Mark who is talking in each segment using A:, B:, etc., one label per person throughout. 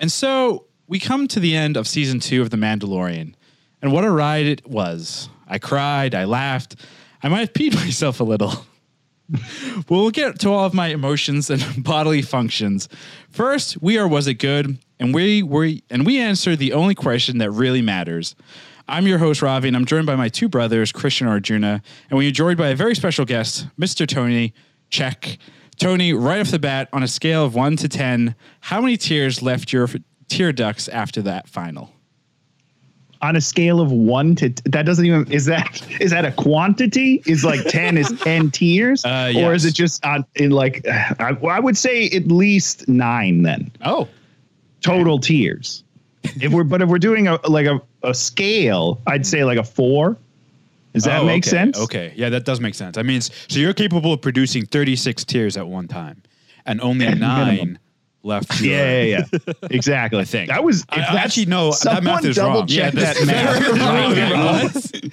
A: And so we come to the end of season two of The Mandalorian. And what a ride it was. I cried, I laughed, I might have peed myself a little. but we'll get to all of my emotions and bodily functions. First, we are was it good? And we were and we answer the only question that really matters. I'm your host, Ravi, and I'm joined by my two brothers, Christian and Arjuna, and we are joined by a very special guest, Mr. Tony. Check. Tony, right off the bat, on a scale of one to ten, how many tears left your f- tear ducts after that final?
B: on a scale of one to that doesn't even is that is that a quantity is like 10 is 10 tiers
A: Uh,
B: or
A: yes.
B: is it just on in like I, I would say at least nine then
A: Oh.
B: total tiers if we're but if we're doing a like a, a scale i'd say like a four does that
A: Oh,
B: make
A: okay,
B: sense
A: Okay. Yeah, that does make sense. I mean, s- so you're capable of producing 36 tears at one time, and only nine left. your-
B: yeah, yeah, yeah. exactly.
A: I think.
B: that was.
A: I-
B: if
A: I
B: that's-
A: actually, no, that
B: someone
A: math is
B: double
A: wrong. Yeah,
B: check
A: that's
B: that math.
A: very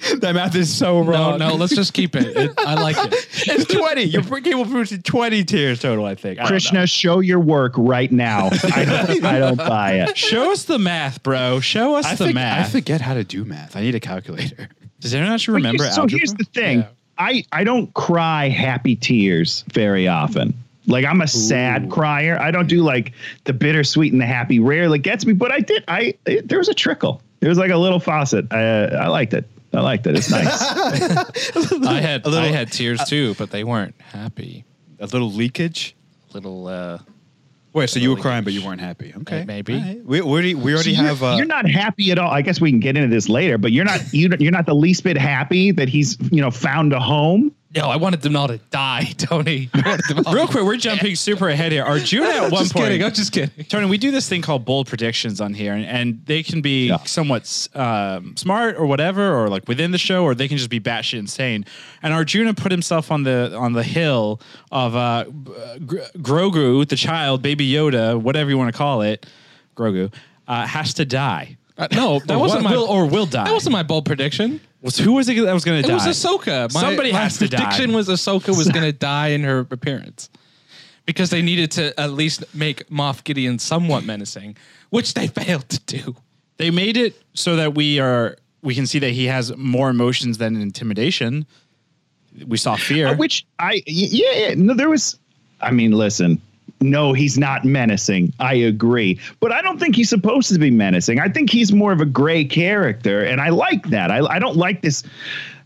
A: wrong. that math is so
C: No,
A: wrong.
C: no, let's just keep it. it I like it.
A: it's 20. You're capable of producing 20 tears total, I think. I don't know.
B: Krishna, show your work right now. I don't, I don't buy it.
C: Show us the math, bro. Show us
A: I,
C: the
A: think-
C: math.
A: I forget how to do math. I need a calculator.
C: Does anyone actually
B: But
C: remember
B: here's- so here's the
C: algebra?
B: thing
C: Yeah.
B: I, I don't cry happy tears very often like i'm a sad crier i don't do like the bittersweet and the happy rarely gets me but i did i it, there was a trickle there was like a little faucet i, I liked it i liked it it's nice
C: I had
A: little-
C: I had tears too, but they weren't happy.
A: A little leakage.
C: Little uh
A: Wait, so you were
C: Leakage.
A: crying, but you weren't happy. Okay.
C: maybe.
A: All right. We, we already, we already
B: you're,
A: have. Uh,
B: you're not happy at all i guess we can get into this later but you're not you, don't- you're not the least bit happy that he's you know found a home
C: No, I wanted them all to die, Tony. I wanted them all
A: Real
C: to-
A: quick, we're jumping super ahead here. Arjuna at one
C: just
A: point.
C: kidding, I'm just kidding.
A: Tony, we do this thing called bold predictions on here, and, and they can be
B: Yeah.
A: somewhat um, smart or whatever, or like within the show, or they can just be batshit insane. And Arjuna put himself on the on the hill of uh, Gr- Grogu, the child, Baby Yoda, whatever you want to call it, Grogu, uh, has to die.
C: Uh, no, that
A: Or
C: wasn't
A: what-
C: my
A: will- or will die.
C: That wasn't my bold prediction.
A: Was- Who was it that was going to
C: It
A: die?
C: was Ahsoka. My,
A: Somebody
C: my
A: has to die.
C: prediction was Ahsoka was going to die in her appearance because they needed to at least make Moff Gideon somewhat menacing, which they failed to do.
A: They made it so that we are we can see that he has more emotions than intimidation. We saw fear.
B: Uh, Which I y- yeah, yeah no there was I mean listen no he's not menacing I agree but I don't think he's supposed to be menacing I think he's more of a gray character and I like that I I don't like this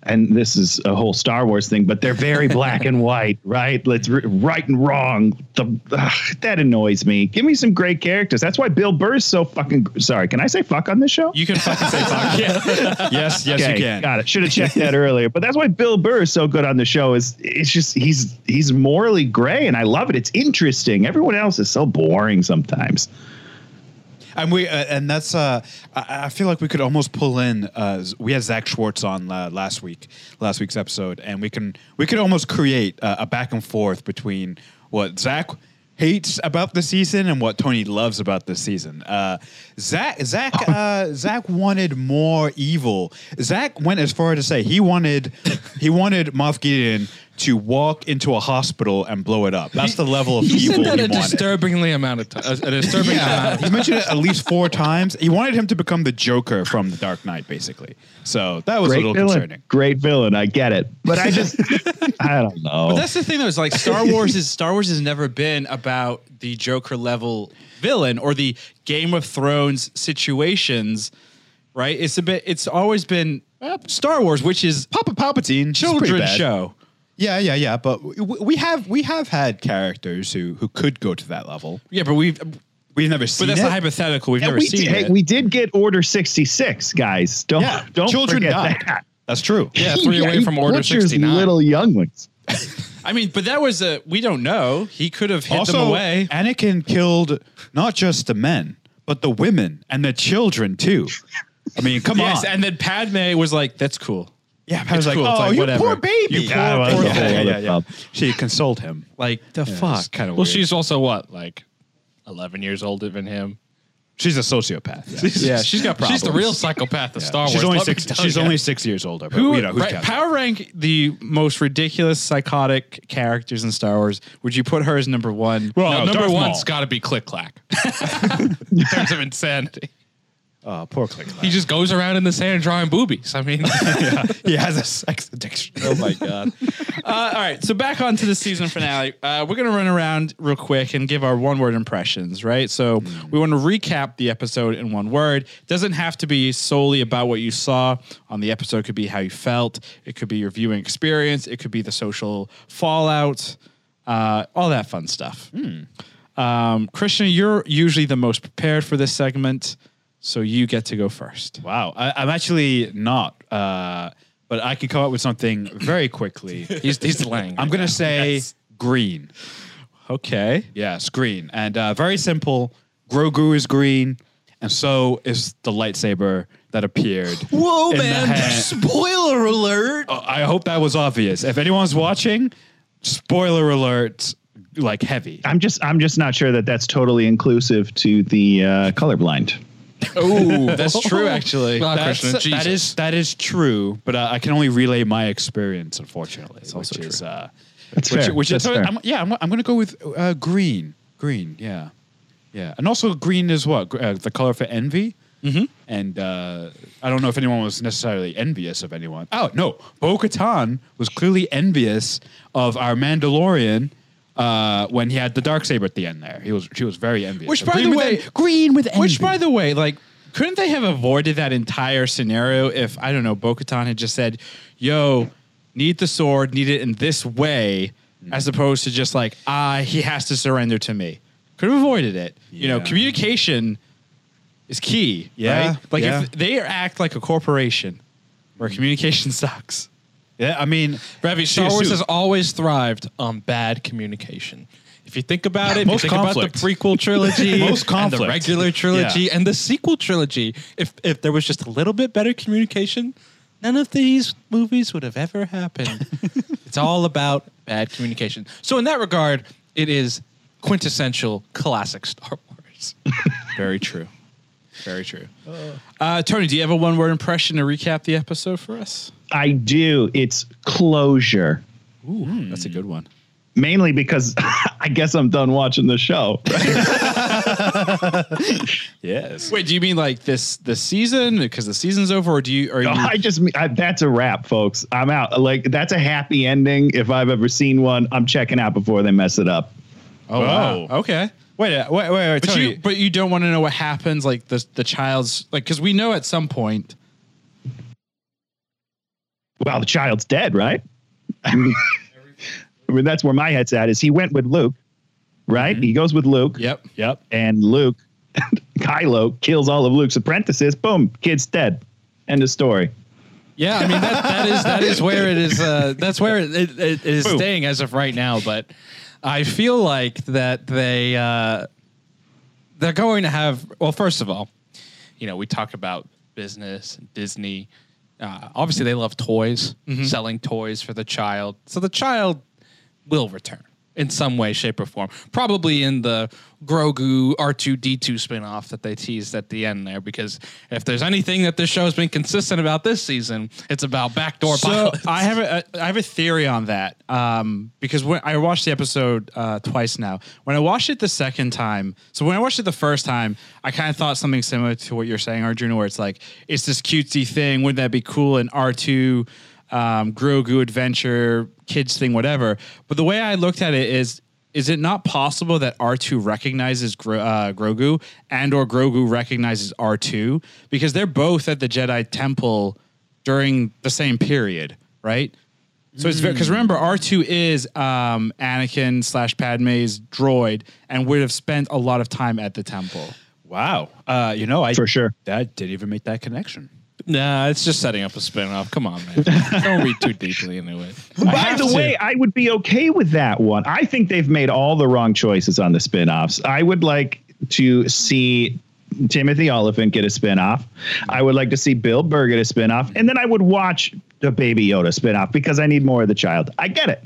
B: and this is a whole Star Wars thing but they're very black and white right let's r- right and wrong the ugh, that annoys me give me some gray characters that's why Bill Burr's so fucking sorry can I say fuck on this show
A: You can fucking say fuck. Yes, yes, you
B: Okay,
A: can.
B: Got it. Should have checked that earlier. But that's why Bill Burr is so good on the show. Is it's just he's he's morally gray, and I love it. It's interesting. Everyone else is so boring sometimes.
A: And we uh, and that's uh, I, I feel like we could almost pull in. Uh, Z- we had Zach Schwartz on uh, last week, last week's episode, and we can we could almost create uh, a back and forth between what Zach hates about the season and what Tony loves about the season. Uh, Zach Zach uh, Zach wanted more evil. Zach went as far to say he wanted he wanted Moff Gideon to walk into a hospital and blow it up. That's the level of
C: He
A: evil
C: said that
A: he
C: a
A: wanted.
C: disturbingly amount of time. A, a disturbing
A: Yeah,
C: amount.
A: he mentioned it at least four times. He wanted him to become the Joker from The Dark Knight, basically. So that was
B: Great
A: a little
B: villain.
A: concerning.
B: Great villain. I get it, but I just I don't know.
D: But that's the thing though, is like Star Wars is Star Wars has never been about the Joker level villain or the Game of Thrones situations, right? It's a bit it's always been Star Wars, which is
A: Papa Palpatine, she's pretty
D: children's
A: bad.
D: show.
A: Yeah, yeah, yeah. But w- w- we have we have had characters who who could go to that level.
D: Yeah, but we've
A: We've never seen
D: but that's
A: it.
D: not hypothetical. We've
B: And
D: never
B: we,
D: seen
B: did, hey,
D: it.
B: we did get Order sixty six, guys. Don't
A: yeah,
B: don't
A: children
B: forget
A: died.
B: that.
A: That's true.
C: Yeah, three away
B: he
C: from Order
B: butchers
C: 69.
B: Little young ones.
D: I mean, but that was a we don't know. He could have hit them
A: Also,
D: away.
A: Anakin killed not just the men, but the women and the children too. I mean, come
D: Yes,
A: on.
D: and then Padme was like, "That's cool."
A: yeah, I was like,
D: cool. It's
A: oh,
D: like,
A: you
D: whatever.
A: poor baby.
D: You
A: Yeah,
B: poor-
A: well,
B: poor
A: yeah,
B: thing.
A: yeah, yeah, yeah.
B: Well.
A: She consoled him.
D: Like the fuck.
A: kind of
C: Well, she's also what, like 11 years older than him?
D: She's a sociopath. Yeah,
C: Yeah,
D: she's got problems.
C: She's the real psychopath of Star Wars.
D: She's only
C: let me
D: six.
C: tell
D: She's
C: ya.
D: only six years older. But
A: Who,
D: you know, who's
A: right,
D: counting?
A: power rank the most ridiculous psychotic characters in Star Wars. Would you put her as number one?
D: Well,
C: No, Oh, number
D: Darth
C: one's
D: Maul.
C: got to be Click Clack. in terms of insanity,
D: Oh, poor Click. Clack.
C: he just goes around in the sand drawing boobies. I mean,
D: he has a sex addiction.
A: oh my god! Uh, all right, so back onto the season finale. Uh, we're gonna run around real quick and give our one-word impressions, right? So we want to recap the episode in one word. Doesn't have to be solely about what you saw on the episode. It could be how you felt. It could be your viewing experience. It could be the social fallout. Uh, all that fun stuff. Um, Krishna, you're usually the most prepared for this segment, so you get to go first.
D: Wow, I, I'm actually not, uh, but I can come up with something very quickly.
C: he's he's delaying.
D: I'm gonna say green.
A: Okay.
D: Yes, green, and uh, very simple. Grogu is green, and so is the lightsaber that appeared.
A: Whoa,
D: in the hand.
A: Spoiler alert!
D: Oh, I hope that was obvious. If anyone's watching, spoiler alert, like heavy.
B: I'm just I'm just not sure that that's totally inclusive to the uh, colorblind.
A: Oh, that's true, actually.
C: Well,
D: That's,
C: Krishna,
D: that
C: Jesus.
D: is that is true, but uh, I can only relay my experience, unfortunately. It's also which is, uh,
B: That's
D: which,
B: fair.
D: which
B: That's
D: is,
B: fair.
D: I'm, yeah, I'm, I'm going to go with uh, green. Green, yeah, yeah, and also green is what Gr- uh, the color for envy. Mm-hmm. And uh, I don't know if anyone was necessarily envious of anyone. Oh no, Bo Katan was clearly envious of our Mandalorian. Uh, when he had the dark saber at the end, there he was. She was very envious.
A: Which,
D: So
A: by
D: green
A: the
D: with
A: way-
D: en- green with envy.
A: Which, by the way, like, couldn't they have avoided that entire scenario if, I don't know, Bo Katan had just said, yo, need the sword, need it in this way, as opposed to just like, ah, he has to surrender to me? Could have avoided it. You know,
D: Yeah.
A: communication is key,
D: Yeah,
A: right? Like,
D: yeah.
A: if they act like a corporation where communication sucks.
D: yeah, I mean,
C: Ravi,
D: she
C: Star Wars
D: assumed-
C: has always thrived on bad communication. If you think about it,
D: Most
C: if you think
D: conflict.
C: about the prequel trilogy,
D: Most
C: and the
D: conflict.
C: regular trilogy,
D: Yeah.
C: and the sequel trilogy, if if there was just a little bit better communication, none of these movies would have ever happened. it's all about bad communication. So in that regard, it is quintessential classic Star Wars.
A: Very true. Very true. Uh, Tony, do you have a one word impression to recap the episode for us?
B: I do. It's closure.
A: Ooh, that's a good one.
B: Mainly because I guess I'm done watching the show.
D: yes.
A: Wait, do you mean like this the season because the season's over, or do you? Are you
B: I just I, that's a wrap, folks. I'm out. Like that's a happy ending if I've ever seen one. I'm checking out before they mess it up.
A: oh, wow. okay.
D: Wait, uh, wait, wait, wait.
A: But
D: Tony,
A: you, but you don't want to know what happens, like the the child's, like because we know at some point.
B: Well, the child's dead, right? I mean, I mean, that's where my head's at. Is he went with Luke, right? He goes with Luke.
A: Yep.
D: yep.
B: and Luke, Kylo kills all of Luke's apprentices. Boom, kid's dead. End of story.
C: Yeah, I mean that, that is that is where it is. Uh, that's where it, it, it is staying as of right now. But I feel like that they uh, they're going to have. Well, first of all, you know we talk about business and Disney. Uh, obviously, they love toys, selling toys for the child. So the child will return in some way, shape, or form. Probably in the Grogu R2D2 spin-off that they teased at the end there, because if there's anything that this show's been consistent about this season, it's about backdoor
A: So
C: violence.
A: I have a I have a theory on that um, because when I watched the episode uh, twice now. When I watched it the second time, so when I watched it the first time, I kind of thought something similar to what you're saying, Arjuna, where it's like it's this cutesy thing. Wouldn't that be cool? An R two um, Grogu adventure kids thing, whatever. But the way I looked at it is. Is it not possible that R two recognizes Gro- uh, Grogu and or Grogu recognizes R two because they're both at the Jedi Temple during the same period, right? So it's because remember R two is um, Anakin slash Padme's droid, and would have spent a lot of time at the temple.
D: Wow. Uh, you know, I
B: For sure.
D: that didn't even make that connection.
C: nah, it's just setting up a spin-off. Come on, man. Don't read too deeply into it.
B: By the way, I would be okay with that one. I think they've made all the wrong choices on the spin-offs. I would like to see Timothy Oliphant get a spin-off. I would like to see Bill Burr get a spin-off. And then I would watch the Baby Yoda spin-off because I need more of the child. I get it.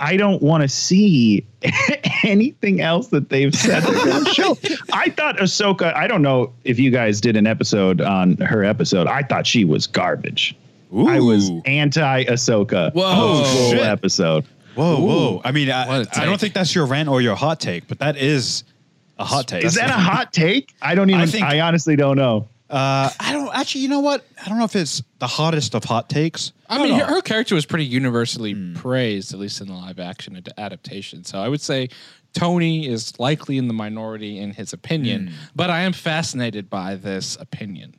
B: I don't want to see anything else that they've said they're going to show. I thought Ahsoka. I don't know if you guys did an episode on her episode. I thought she was garbage. I was
D: Ooh.
B: anti Ahsoka.
D: Whoa,
B: whole
D: shit.
B: episode.
D: Whoa, whoa. I mean, I,
C: What a
D: I don't
C: take.
D: think that's your rant or your hot take, but that is a hot take.
B: Is that a hot take? I don't even. I,
D: think-
B: honestly don't know.
D: Uh, I don't actually. You know what? I don't know if it's the hottest of hot takes. Oh.
C: I mean, her, her character was pretty universally
B: Hmm.
C: praised, at least in the live action ad- adaptation. So I would say Tony is likely in the minority in his
B: Hmm.
C: opinion, but I am fascinated by this opinion.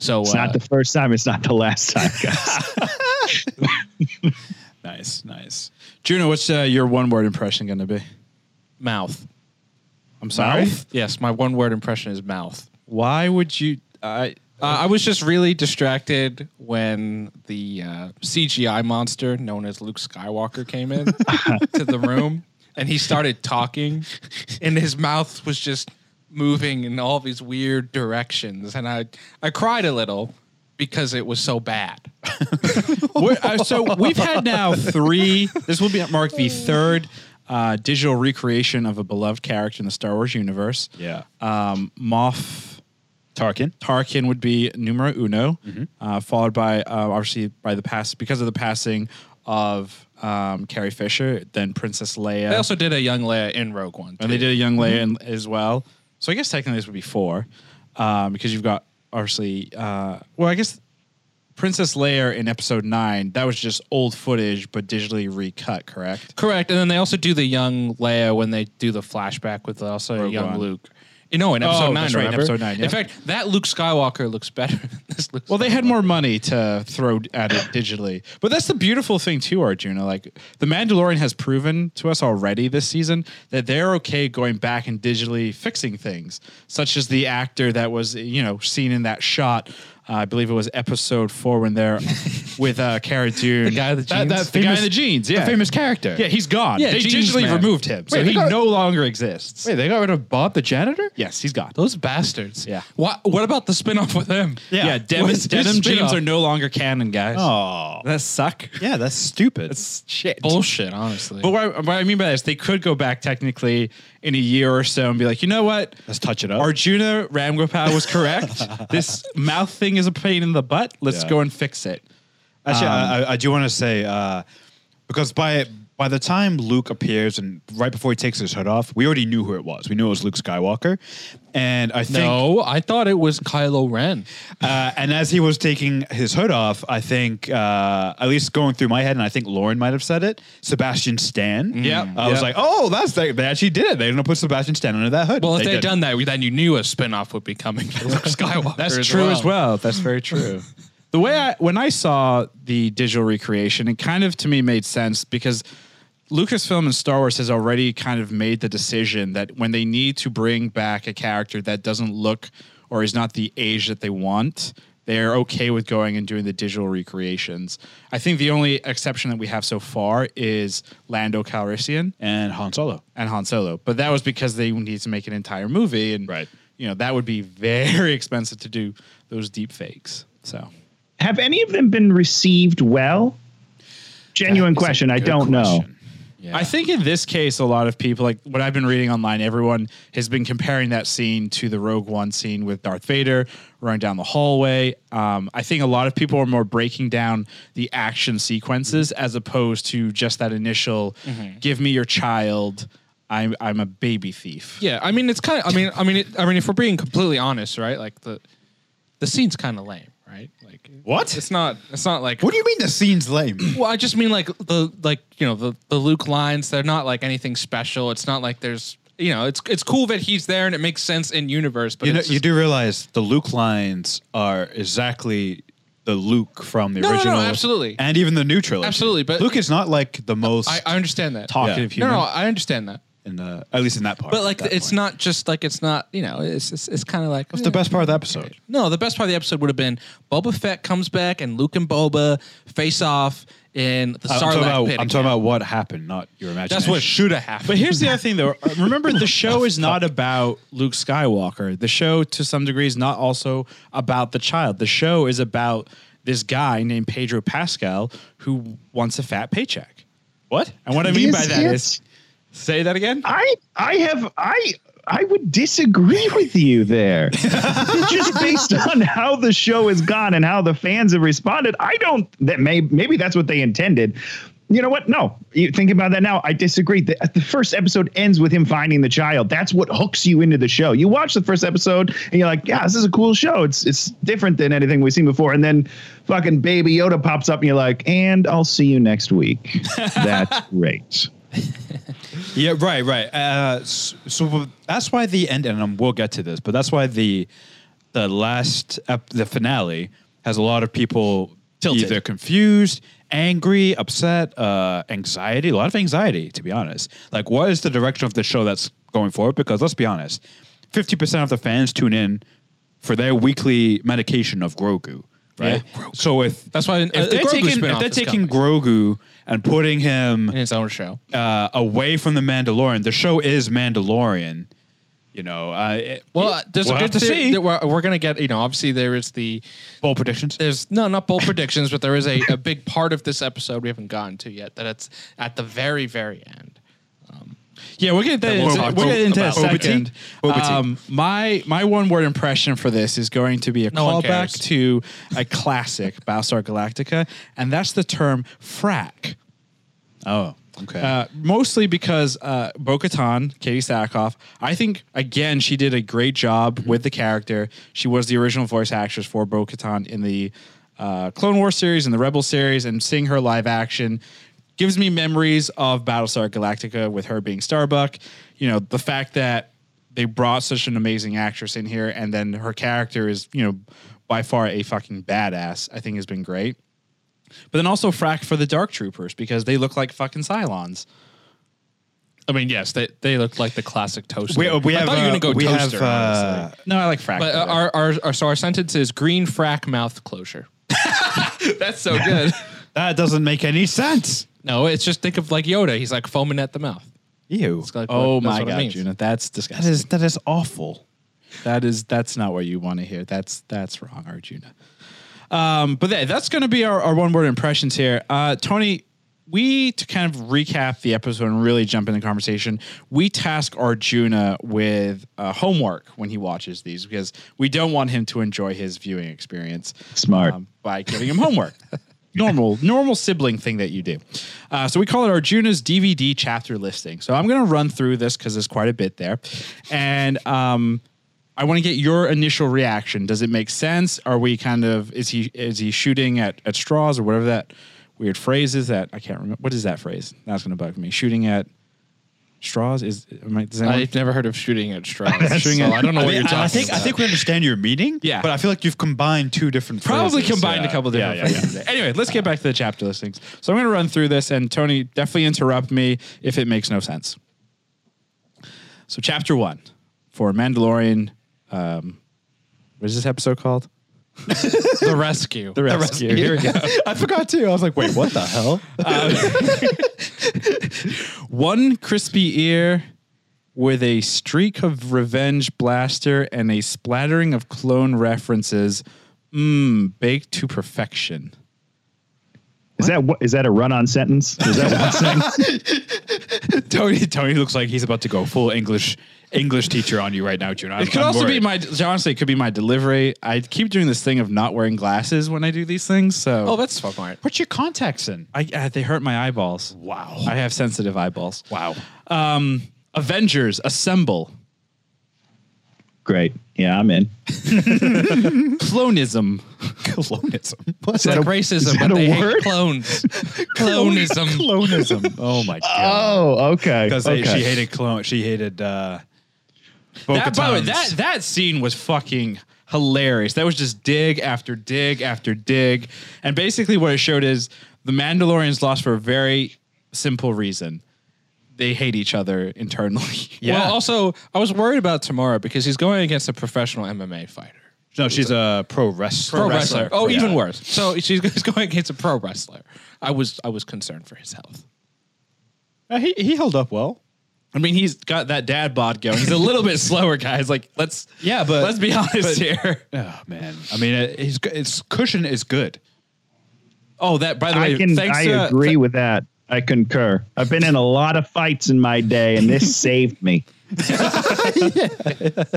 C: So
B: It's
C: uh,
B: not the first time. It's not the last time, guys.
D: Nice, nice.
A: Juno, what's uh, your one word impression going to be?
C: mouth.
A: I'm sorry.
C: Yes, my one word impression is mouth.
A: Why would you? I
C: Uh, I was just really distracted when the uh, CGI monster known as Luke Skywalker came in to the room and he started talking, and his mouth was just moving in all these weird directions. And I, I cried a little because it was so bad.
A: We're- uh, so we've had now three. This will be mark the third uh, digital recreation of a beloved character in the Star Wars universe.
D: Yeah. Uh,
A: Um, Moff
D: Tarkin.
A: Tarkin would be numero uno,
C: Mm-hmm.
A: uh, followed by uh, obviously by the past because of the passing of um, Carrie Fisher, then Princess Leia.
C: They also Mm-hmm. did a young Leia in Rogue One.
A: And they did a young Leia in, as well. So I guess technically this would be four, um, because you've got obviously. Uh, well, I guess Princess Leia in Episode Nine that was just old footage but digitally recut, correct?
C: Correct. And then they also do the young Leia when they do the flashback with also
A: Rogue
C: young
A: One.
C: Luke. You know, in episode
A: Oh,
C: nine,
A: that's right, in
C: remember?
A: episode nine, yeah.
C: In fact, that Luke Skywalker looks better than this Luke
A: Well, they had
C: Skywalker.
A: more money to throw at it digitally, but that's the beautiful thing too, Arjuna. Like the Mandalorian has proven to us already this season that they're okay going back and digitally fixing things, such as the actor that was you know seen in that shot. Uh, I believe it was episode four when they're with uh, Cara Dune. The
C: guy with the jeans?
A: the guy in the jeans. Yeah,
D: famous character.
A: Yeah, he's gone.
C: Yeah,
A: they
C: jeans
A: digitally
C: man.
A: removed him, so
D: Wait, they
A: he
D: got-
A: no longer exists.
D: Wait, they got rid of Bob the janitor?
A: Yes, he's gone.
C: Those bastards.
A: Yeah.
C: What, what about the spin-off with him?
A: Yeah, Denim,
C: What's his
A: Denim jeans
C: spin-off?
A: are no longer canon, guys.
D: Oh.
A: That suck.
D: Yeah, that's stupid.
A: Shit.
C: Bullshit, honestly.
A: But what I, what I mean by that is they could go back technically in a year or so and be like, you know what?
D: Let's touch it up.
A: Arjuna Ramgopal was correct. this mouth thing is a pain in the butt. Let's
D: Yeah.
A: go and fix it.
D: Actually,
C: Um,
D: I, I, I do want to say uh, because by by the time Luke appears and right before he takes his hood off, we already knew who it was. We knew it was Luke Skywalker, and I think
C: no, I thought it was Kylo Ren.
D: uh, and as he was taking his hood off, I think uh, at least going through my head, and I think Lauren might have said it. Sebastian Stan.
C: Mm.
A: Yep.
D: I was
A: Yep.
D: like, oh, that's they, they actually did it. They're gonna put Sebastian Stan under that hood.
C: Well, if they had
D: did.
C: done that, then you knew a spin-off would be coming for Luke Skywalker.
A: That's true as well. That's very true. the way I when I saw the digital recreation, it kind of to me made sense because Lucasfilm and Star Wars has already kind of made the decision that when they need to bring back a character that doesn't look or is not the age that they want, they're okay with going and doing the digital recreations. I think the only exception that we have so far is Lando Calrissian
D: and Han Solo.
A: and Han Solo. But that was because they needed to make an entire movie, and
D: Right.
A: you know that would be very expensive to do those deep fakes. So
B: Have any of them been received well? Genuine question. I don't know.
A: I think in this case, a lot of people like what I've been reading online. Everyone has been comparing that scene to the Rogue One scene with Darth Vader running down the hallway. Um, I think a lot of people are more breaking down the action sequences as opposed to just that initial "Give me your child." I'm I'm a baby thief.
C: Yeah, I mean, it's kind of. I mean, I mean, it, I mean, if we're being completely honest, right? Like the the scene's kind of lame, right? Like
D: What?
C: It's not. It's not like.
D: What do you mean the scene's lame?
C: Well, I just mean like the like you know the the Luke lines. They're not like anything special. It's not like there's you know it's it's cool that he's there and it makes sense in universe. But
D: You know,
C: it's
D: you
C: just-
D: do realize the Luke lines are exactly the Luke from the
C: No, no, no,
D: original.
C: absolutely.
D: And even the new trilogy.
C: Absolutely, but-
D: Luke is not like the most
C: I, I understand that
D: Talkative
C: No, no, I understand that.
D: in the at least in that part.
C: But like
D: that
C: it's
D: point.
C: not just like it's not you know it's it's, it's kind of like eh.
D: What's the best part of the episode?
C: No, the best part of the episode would have been Boba Fett comes back and Luke and Boba face off in the
D: Uh,
C: Sarlacc
D: I'm talking, about,
C: pit.
D: I'm talking about what happened, not your imagination.
C: That's what should have happened.
A: But here's the other thing, though. Uh, Remember, the show is not about Luke Skywalker. The show, to some degree, is not also about the child. The show is about this guy named Pedro Pascal who wants a fat paycheck. What? And what I mean by
B: Yes,
A: that
B: yes.
A: is, say that again.
B: I I have I I would disagree with you there. Just based on how the show has gone and how the fans have responded, I don't that may maybe that's what they intended. You know what? No, you think about that now. I disagree. The, the first episode ends with him finding the child. That's what hooks you into the show. You watch the first episode and you're like, "Yeah, this is a cool show. It's it's different than anything we've seen before." And then, fucking Baby Yoda pops up and you're like, "And I'll see you next week." That's great.
D: Yeah, right, right. Uh, so, so that's why the end, and um, we'll get to this, but that's why the the last ep- the finale has a lot of people
A: Tilted.
D: either confused, angry, upset, uh, anxiety. A lot of anxiety, to be honest. Like, what is the direction of the show that's going forward? Because let's be honest, fifty percent of the fans tune in for their weekly medication of Grogu. Right.
C: Yeah.
D: So if
C: That's why-
D: if
C: uh,
D: they're
C: Grogu
D: taking if
C: spin-off
D: they're
C: is
D: taking
C: coming.
D: Grogu and putting him
C: in its own show.
D: uh, away from the Mandalorian. The show is Mandalorian. You know, uh, it-
C: Well, there's
D: we'll
C: a
D: have
C: good
D: to
C: theory
D: see.
C: that we're, we're going to get. You know, obviously there is the
D: bold predictions.
C: there's no not bold predictions, but there is a, a big part of this episode we haven't gotten to yet that it's at the very very end.
A: Yeah, we'll get that.
C: we'll
A: Into,
C: talk
A: we'll get into that
C: about.
A: second.
D: Obiti.
A: Um, my my one word impression for this is going to be a
C: No one cares.
A: callback to a classic Battlestar Galactica, and that's the term frack.
D: Oh, okay.
A: Uh, mostly because uh, Bo Katan, Katie Sackhoff, I think, again, she did a great job with the character. She was the original voice actress for Bo Katan in the uh, Clone Wars series and the Rebel series, and seeing her live action gives me memories of Battlestar Galactica with her being Starbuck. You know, the fact that they brought such an amazing actress in here, and then her character is, you know, by far a fucking badass, I think has been great. But then also frack for the Dark Troopers because they look like fucking Cylons.
C: I mean, yes, they they look like the classic toaster.
D: we we
C: I
D: have
C: thought you were
D: uh,
C: going to go
D: we
C: toaster.
D: have, uh,
C: honestly.
A: No, I like frack.
C: but uh, our, our our so our sentence is green frack mouth closure. That's so good.
D: that doesn't make any sense.
C: no, it's just think of like Yoda. He's like foaming at the mouth.
D: Ew,
C: It's like,
A: oh
C: what- that's
A: my
C: what it
A: god,
C: means.
A: Juna, that's
D: that
A: disgusting.
D: is that is awful.
A: That is that's not what you want to hear. That's that's wrong, Arjuna. Um, but that, that's going to be our, our one word impressions here. Uh, Tony, we to kind of recap the episode and really jump into conversation. We task Arjuna with uh, homework when he watches these because we don't want him to enjoy his viewing experience. um,
B: Smart.
A: by giving him homework. normal, normal sibling thing that you do. Uh, so we call it Arjuna's DVD chapter listing. So I'm going to run through this because there's quite a bit there, and um, I want to get your initial reaction. Does it make sense? Are we kind of is he is he shooting at at straws or whatever that weird phrase is that I can't remember. What is that phrase? That's going to bug me. Shooting at straws is am I, does anyone,
C: I've never heard of shooting at straws.
A: Shooting
C: so
A: at-
C: I don't know
D: I,
C: what
D: mean,
C: you're talking
D: I think I
C: about.
D: think we understand your meaning.
A: Yeah.
D: but I feel like you've combined two different.
A: probably
D: phrases.
A: combined
D: Yeah.
A: a couple of different
D: Yeah, yeah,
A: phrases. Anyway, let's get back to the chapter listings. So I'm going to run through this, and Tony, definitely interrupt me if it makes no sense. So chapter one for Mandalorian. Um, what is this episode called?
C: the rescue.
A: The rescue. Here we go.
D: yeah. I forgot too. I was like, wait, what the hell?
A: Um, One crispy ear with a streak of revenge blaster and a splattering of clone references. Mmm, baked to perfection.
B: Is that what is that a run on sentence? Is that one sentence?
D: Tony Tony looks like he's about to go full English English teacher on you right now, June.
A: It could also be my honestly, it could be my delivery. I keep doing this thing of not wearing glasses when I do these things, so
C: Oh, that's fuck smart.
D: Put your contacts in.
A: I, uh, they hurt my eyeballs.
D: Wow.
A: I have sensitive eyeballs.
D: Wow.
A: Um, Avengers assemble.
B: Great. Yeah, I'm in.
A: Clonism.
D: Colonism.
C: It's like racism,
B: that a
C: but they hate
B: word?
C: clones. Clonism.
D: Colonism. Oh
B: Uh,
D: my god.
B: Oh, okay.
D: Because
B: okay.
D: she hated clone. She hated. Uh,
A: That, by the way,
D: Bo-Katan's-
A: that that scene was fucking hilarious. That was just dig after dig after dig, and basically what it showed is the Mandalorians lost for a very simple reason: they hate each other internally.
C: Well, also, I was worried about Tamara because he's going against a professional MMA fighter.
D: no, she's a pro wrestler.
C: Pro wrestler. Oh,
D: Yeah.
C: even worse. So she's he's going against a pro wrestler. I was I was concerned for his health.
D: Uh, he he held up well.
A: I mean, he's got that dad bod going. He's a little bit slower, guys. Like, let's
D: Yeah, but-
A: let's be honest
D: but-
A: here.
D: Oh man. I mean, it, his his cushion is good.
A: Oh, that by the way,
B: I can
A: thanks
B: I
A: to,
D: uh,
B: agree with that. I concur. I've been in a lot of fights in my day, and this saved me.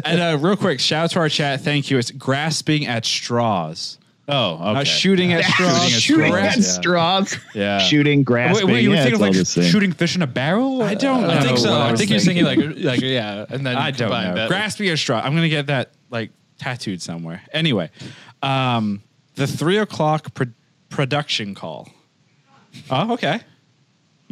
A: And uh, real quick, shout out to our chat. Thank you. It's grasping at straws.
D: Oh, okay.
A: Uh, shooting at straws.
B: shooting
A: Grasp-
B: at straws,
D: Yeah.
B: shooting, grasping.
D: Wait, wait, you were
B: yeah,
D: thinking
B: it's
D: of
B: all
D: like
B: the same.
D: shooting fish in a barrel?
A: I don't know.
C: I think so.
A: what
C: I,
A: was
C: think he's thinking like, like yeah, and then
D: I don't
C: combine
D: know.
C: that.
A: grasping at straw. I'm gonna get that like tattooed somewhere. Anyway, um, the three o'clock pro- production call.
D: Oh, okay.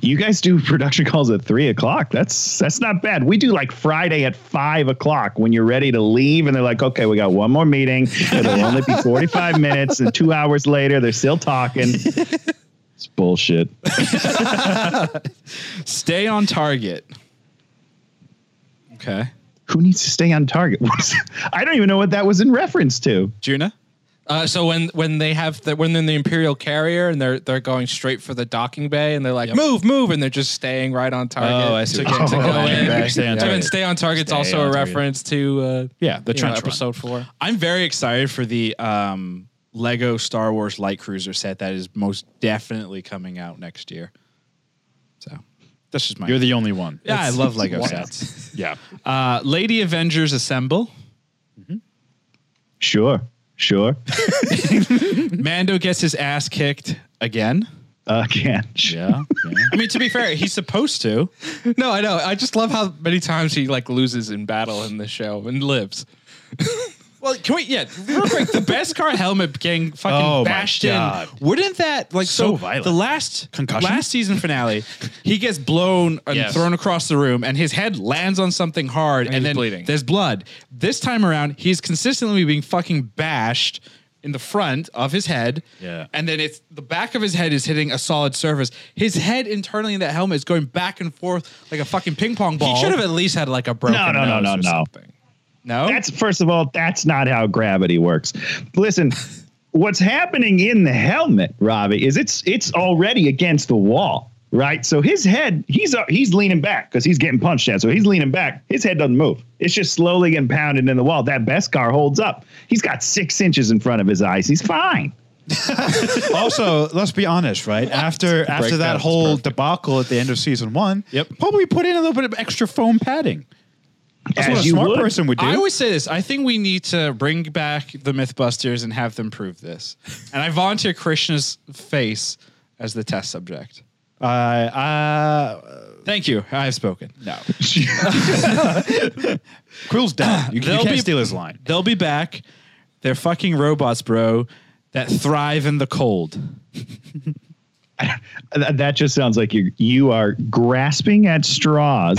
B: You guys do production calls at three o'clock. That's that's not bad. We do like Friday at five o'clock when you're ready to leave, and they're like, "Okay, we got one more meeting. It'll only be forty-five minutes." And two hours later, they're still talking. It's bullshit.
A: Stay on target. Okay,
B: Who needs to stay on target? What is- I don't even know what that was in reference to.
A: Juna.
C: Uh, so when when they have the, when they're in the Imperial carrier and they're they're going straight for the docking bay and they're like move move and they're just staying right on target.
D: Oh, I see
C: To,
D: what
C: get- to
B: you're
C: go
B: saying.
C: in.
B: Okay.
D: Stay on
C: I mean,
D: target.
C: stay on target's
D: Stay
C: also
D: on
C: a
D: target.
C: reference to uh,
D: Yeah, the
C: you know,
D: trench run.
C: episode four.
A: I'm very excited for the um, Lego Star Wars Light Cruiser set that is most definitely coming out next year. So that's just my.
D: You're the only one.
A: yeah, I
D: It's-
A: love Lego
D: Wow.
A: sets.
D: Yeah.
A: Uh, Lady Avengers Assemble.
B: Sure, sure.
A: Mando gets his ass kicked again.
B: Uh, can't.
D: Yeah.
A: I mean, to be fair, he's supposed to.
C: No, I know. I just love how many times he like loses in battle in the show and lives.
A: Well, can we? Yeah, real quick. The best car helmet getting fucking
D: Oh my
A: bashed in.
D: God.
A: Wouldn't that like so,
D: So violent.
A: The last
D: Concussion?
A: last season finale, he gets blown and
D: Yes.
A: thrown across the room, and his head lands on something hard, and,
C: he's
A: then
C: bleeding.
A: there's blood. This time around, he's consistently being fucking bashed in the front of his head.
D: Yeah.
A: and then it's the back of his head is hitting a solid surface. His head internally in that helmet is going back and forth like a fucking ping pong ball.
C: He should have at least had like a broken
B: No, no, no,
C: nose
B: no,
C: or
B: no.
C: something.
A: no.
B: That's first of all, that's not how gravity works. Listen, what's happening in the helmet, Robbie, is it's it's already against the wall, right? So his head, he's uh, he's leaning back because he's getting punched at. So he's leaning back. His head doesn't move. It's just slowly getting pounded in the wall. That best car holds up. He's got six inches in front of his eyes. He's fine.
D: also, let's be honest, right? After after that
C: is
D: whole debacle at the end of season one, yep. probably put in a little bit of extra foam padding. That's
B: As
D: what a
B: you
D: smart
B: would.
D: person would do.
A: I always say this. I think we need to bring back the Mythbusters and have them prove this. And I volunteer Krishna's face as the test subject.
D: uh, uh,
A: Thank you. I've spoken.
D: no. Quill's down. You, you
A: They'll
D: can't
A: be-
D: steal his line.
A: They'll be back. They're fucking robots, bro, that thrive in the cold.
B: Th- That just sounds like you you are grasping at straws.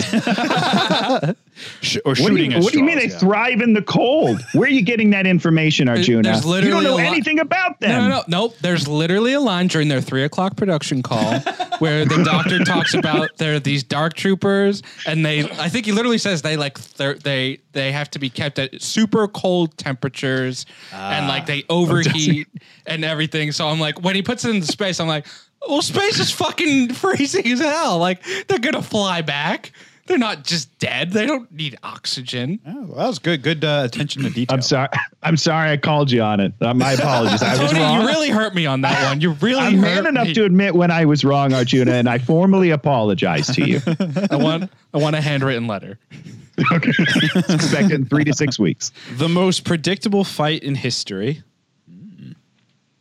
D: Sh- or
B: What, do
D: shooting
B: you,
D: at
B: what do you mean they
D: straws, yeah.
B: thrive in the cold? Where are you getting that information, Arjuna?
C: there's
B: You don't
C: literally
B: know
C: a lot-
B: anything about them.
C: No, no, no. Nope. There's literally a line during their three o'clock production call where the doctor talks about there are these dark troopers, and they, I think he literally says they like they're- they they have to be kept at super cold temperatures,
B: Ah.
C: and like they
B: Oh,
C: overheat and everything. So I'm like, when he puts it into space, I'm like, well, space is fucking freezing as hell. Like they're gonna fly back. They're not just dead. They don't need oxygen.
D: Oh, well, that was good. Good uh, attention to detail.
B: I'm sorry. I'm sorry. I called you on it. Uh, my apologies. I was
C: Tony,
B: wrong.
C: you really hurt me on that one. You really
B: I'm
C: hurt
B: man enough
C: me.
B: to admit when I was wrong, Arjuna, and I formally apologize to you.
C: I want I want a handwritten letter.
B: Okay. Expect it in three to six weeks.
A: The most predictable fight in history.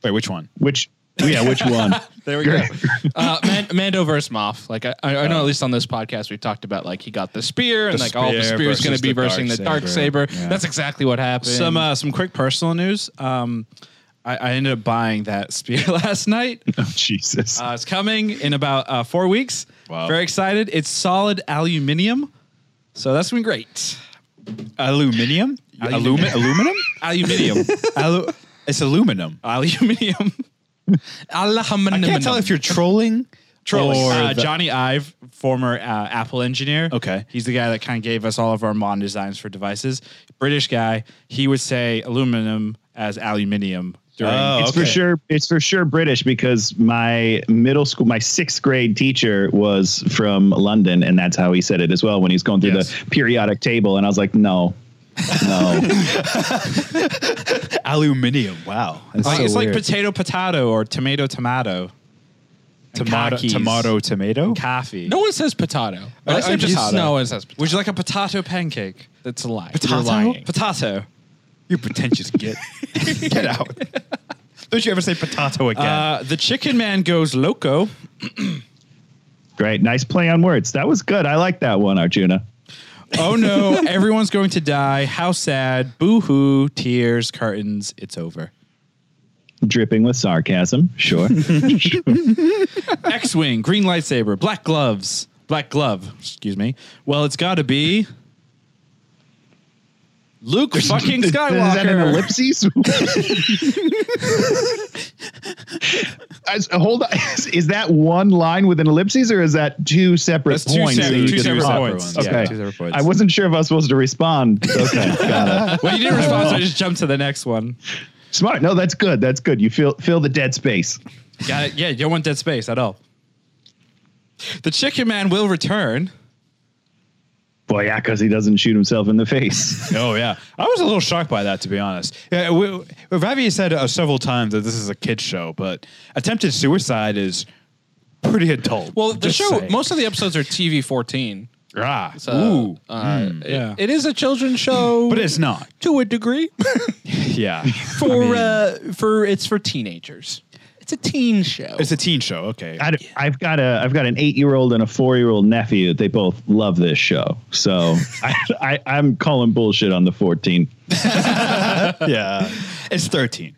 D: Wait, which one?
B: Which, yeah, which one?
A: There we
B: Great.
C: Uh, Man- Mando versus Moff. Like I, I I know at least on this podcast we've talked about like he got the spear and
D: The
C: like all the
D: spear
C: spear is going
D: versus
C: to be
D: the
C: versus
D: dark
C: the dark saber.
D: saber. Yeah.
C: That's exactly what happened.
A: Some uh, some quick personal news. Um, I, I ended up buying that spear last night.
B: Oh, Jesus.
A: Uh, it's coming in about uh, four weeks.
D: Wow.
A: Very excited. It's solid aluminium. So that's been great.
D: Aluminium?
A: Aluminum.
D: Alumi- aluminum?
A: Aluminium.
D: Alu- it's aluminum.
A: aluminium.
D: I can't tell if you're trolling.
A: Or
D: Or
A: uh,
D: the-
A: Johnny Ive, former uh, Apple engineer.
D: Okay.
A: He's the guy that kind of gave us all of our modern designs for devices. British guy. He would say aluminum as aluminium during.
D: Oh,
B: it's for
D: okay.
B: sure. It's for sure British because my middle school, my sixth grade teacher was from London, and that's how he said it as well when he's going through
D: Yes.
B: the periodic table. And I was like, no, no.
D: Aluminium. Wow. That's
A: Like,
D: so
A: it's like
D: weird.
A: potato, potato, or tomato, tomato.
D: Tomato,
E: Kakis.
D: tomato, tomato.
E: Coffee.
C: No one says potato.
D: I say
C: just-
D: potato.
C: No one says potato.
A: Would you like a potato pancake?
C: That's a lie.
D: Potato?
C: You're lying.
A: Potato.
D: You pretentious git. Get out. Don't you ever say potato again.
A: Uh, the chicken man goes loco.
B: Great. Nice play on words. That was good. I like that one, Arjuna.
A: Oh no, everyone's going to die. How sad. Boo hoo, tears, curtains. It's over.
B: Dripping with sarcasm. Sure.
A: X Wing, green lightsaber, black gloves, black glove, excuse me. Well, it's got to be Luke fucking
B: Is that an
A: Skywalker.
B: ellipses? As- hold on. Is, is that one line with an ellipses or is that two separate
A: That's two
B: points?
A: separate-
B: that you
A: two
B: just
A: separate
B: respond?
A: points.
B: Okay.
D: Yeah, two separate points.
B: I wasn't sure if I was supposed to respond. Okay. Got it.
A: well, you didn't respond,
B: Oh.
A: so I just jumped to the next one.
B: Smart. No, that's good. That's good. You fill, fill the dead space.
A: Got it. Yeah, you don't want dead space at all. The Chicken Man will return.
B: Boy, yeah, because he doesn't shoot himself in the face.
D: Oh yeah, I was a little shocked by that to be honest. Yeah, we, Ravi has said uh, several times that this is a kids show, but attempted suicide is pretty adult.
C: Well, the
D: Just
C: show,
D: saying.
C: most of the episodes are TV 14.
D: ah,
C: So,
D: ooh, Mm.
C: uh, it-
A: yeah.
C: it is a children's show,
D: but it's not.
C: to a degree
D: Yeah,
C: for
D: I mean,
C: uh, for it's for teenagers. It's a teen show.
D: it's a teen show. Okay,
B: I, have got a I've got an eight year old and a four year old nephew. They both love this show, so I, I I'm calling bullshit on the fourteen.
D: yeah, it's thirteen.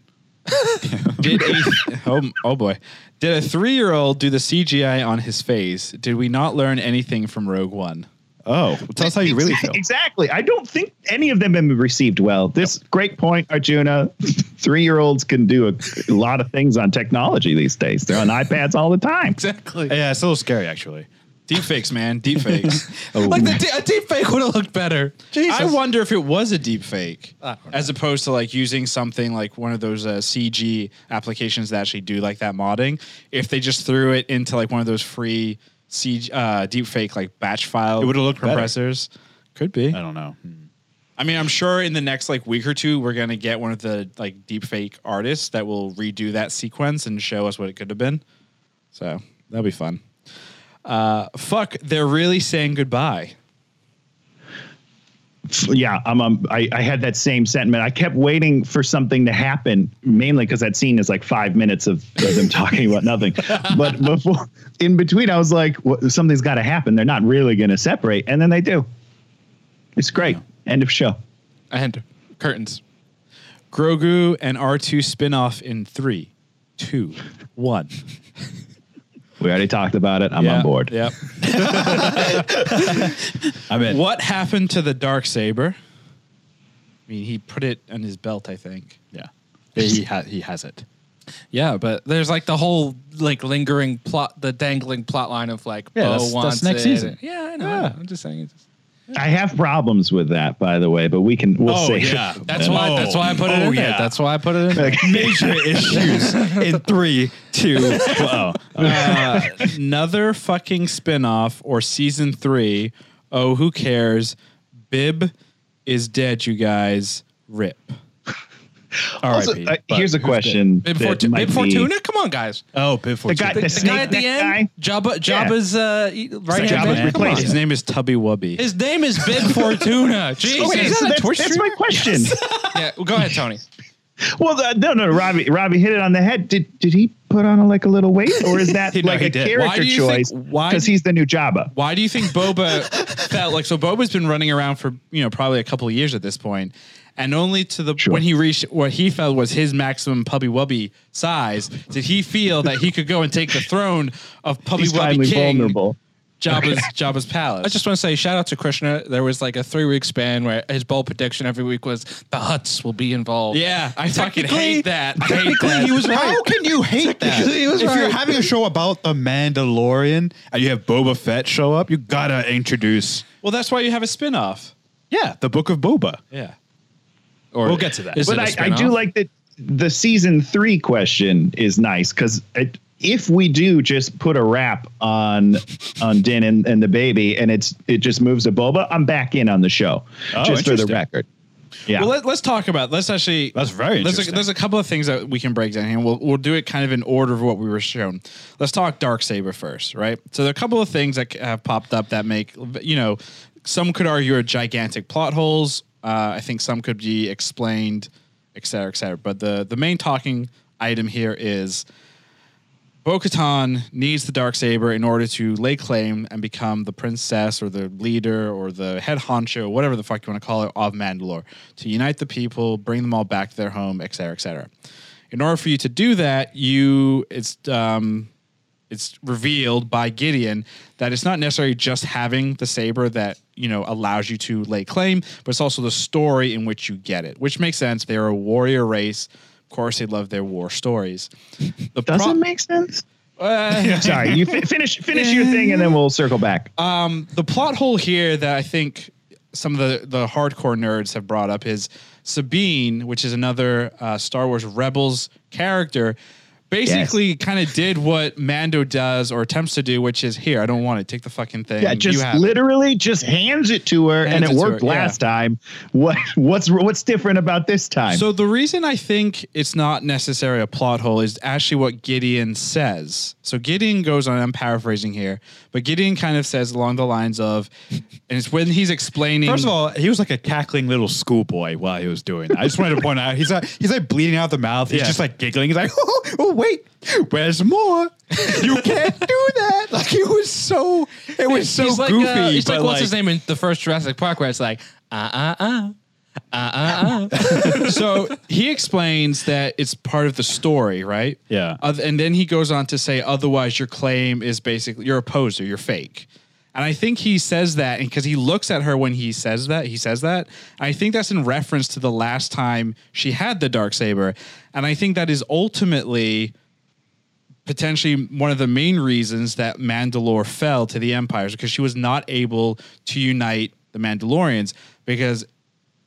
A: Did a oh, oh boy, did a three-year-old do the CGI on his face? Did we not learn anything from Rogue One?
D: Oh, tell us how you really feel.
B: Exactly. I don't think any of them have been received well. This great point, Arjuna. Three year olds can do a, a lot of things on technology these days. They're on iPads all the time.
A: Exactly.
D: Yeah, it's a little scary actually.
A: Deepfakes, man. Deepfakes.
C: like the, de- a deep fake would have looked better. Jesus.
A: I wonder if it was a deep fake
D: Ah,
A: as opposed to like using something like one of those uh, CG applications that actually do like that modding. If they just threw it into like one of those free CG uh, deep fake like batch file
D: It would've looked better.
A: compressors. Could be.
D: I don't know.
A: I mean, I'm sure in the next like week or two, we're gonna get one of the like deep fake artists that will redo that sequence and show us what it could have been. So that'll be fun. Uh, fuck, they're really saying goodbye.
B: yeah, I'm. Um, I, I had that same sentiment. I kept waiting for something to happen, mainly because that scene is like five minutes of, of them talking about nothing. But before, in between, I was like, "What- something's got to happen. They're not really going to separate, and then they do. It's great. End of show.
C: and curtains.
A: Grogu and R2 spin off in three, two, one.
B: We already talked about it. I'm on board.
A: Yep.
D: I mean,
A: What happened to the dark saber? I mean, he put it on his belt, I think.
D: Yeah, he ha- he has it.
C: Yeah, but there's like the whole like lingering plot, the dangling plot line of like
D: Yeah,
C: Bo
D: that's- that's
C: wants
D: next
C: it.
D: season.
C: Yeah, I know. I know. I'm just saying. It's
B: I have problems with that, by the way, but we can. We'll
D: Oh,
B: see.
D: yeah.
C: that's why.
D: Oh.
C: That's why I put it
D: Oh,
C: in
D: yeah.
C: there. That's why I put it in. there.
D: Major issues in three, two. Wow.
A: Uh, another fucking spin off or season three. Oh, who cares? Bib is dead, you guys. Rip.
B: Also,
D: R.I.P.,
B: uh,
D: but
B: here's a
D: who's
B: question.
C: Bib,
B: that
C: Fortu-
B: might
C: Bib
B: be-
C: Fortuna. Come on, guys.
D: Oh, Bib
B: The guy,
D: Fortuna.
B: the,
C: The
B: snake
C: guy at the
B: neck
C: end, Jabba,
B: Yeah.
C: Jabba's uh, right
B: Jabba's
C: hand man.
B: replaced.
C: Come on.
B: Please.
A: His name is Tubby Wubby.
C: His name is Bib Fortuna. Jesus.
B: Okay, so that's, that's my question.
C: yeah, well, go ahead, Tony.
B: Well, the, no, no, Robbie, Robbie hit it on the head. Did did he put on like a little weight, or is that like
D: he
B: a
D: did.
B: character
A: Why do you
B: choice?
A: think- why-
B: Because he's the new Jabba.
A: Why do you think Boba felt like so? Boba's been running around for you know probably a couple of years at this point, and only to the
B: Sure.
A: when he reached what he felt was his maximum Pubby Wubby size did he feel that he could go and take the throne of Pubby
B: He's
A: Wubby
B: finally
A: King
B: vulnerable.
A: Jabba's Jabba's palace.
C: I just want to say shout out to Krishna. There was like a three week span where his bowl prediction every week was the huts will be involved.
A: yeah, I fucking hate that. I hate
D: Technically,
A: that.
D: he was right. How can you hate that?
C: Technically, he was
D: if you're
C: right.
D: having a show about the Mandalorian and you have Boba Fett show up, you gotta introduce.
A: well, that's why you have a spin-off.
D: Yeah, the Book of Boba.
A: Yeah.
C: Or
D: We'll get to that.
C: is
B: But
C: it a
B: I, I do
C: spin-off?
B: like that the season three question is nice because if we do just put a wrap on on Din and, and the baby, and it's it just moves to Boba, I'm back in on the show.
D: Oh,
B: just for the
D: interesting.
B: record. Yeah.
A: Well, let, let's talk about. Let's actually.
D: That's very
A: There's a,
D: interesting.
A: there's a couple of things that we can break down here. and We'll we'll do it kind of in order of what we were shown. Let's talk dark saber first, right? So there are a couple of things that c- have popped up that make you know some could argue are gigantic plot holes. Uh, I think some could be explained, et cetera, et cetera. But the the main talking item here is Bo-Katan needs the dark saber in order to lay claim and become the princess or the leader or the head honcho, whatever the fuck you want to call it, of Mandalore to unite the people, bring them all back to their home, et cetera, et cetera. In order for you to do that, you it's um, it's revealed by Gideon that it's not necessarily just having the saber that you know allows you to lay claim, but it's also the story in which you get it, which makes sense. They're a warrior race. Of course, they love their war stories. The
B: Does
A: pro-
B: it make sense?
A: Uh,
B: Sorry, you fi- finish finish your thing, and then we'll circle back.
A: Um, the plot hole here that I think some of the, the hardcore nerds have brought up is Sabine, which is another uh, Star Wars Rebels character, basically kind of did what Mando does or attempts to do, which is here, I don't want it. Take the fucking thing.
B: yeah, just
A: have it."
B: literally just hands it to her, and
A: Hands
B: it
A: it to
B: worked
A: her, yeah.
B: last time. What what's what's different about this time?
A: So the reason I think it's not necessarily a plot hole is actually what Gideon says. So Gideon goes on, I'm paraphrasing here, but Gideon kind of says along the lines of, and it's when he's explaining.
D: First of all, he was like a cackling little schoolboy while he was doing that. I just wanted to point out he's like he's like bleeding out the mouth. He's
A: Yeah.
D: just like giggling. He's like, oh, oh, wait, where's more? You can't do that. Like it was so it was so
C: he's like,
D: goofy.
C: uh, he's
D: but
C: like, what's his name in the first Jurassic Park where it's like, uh, uh, uh. Uh, uh, uh.
A: so he explains that it's part of the story, right?
D: Yeah.
A: Oth- and then he goes on to say, otherwise, your claim is basically you're a poser, you're fake. And I think he says that because he looks at her when he says that. He says that. I think that's in reference to the last time she had the dark saber, and I think that is ultimately potentially one of the main reasons that Mandalore fell to the Empires because she was not able to unite the Mandalorians because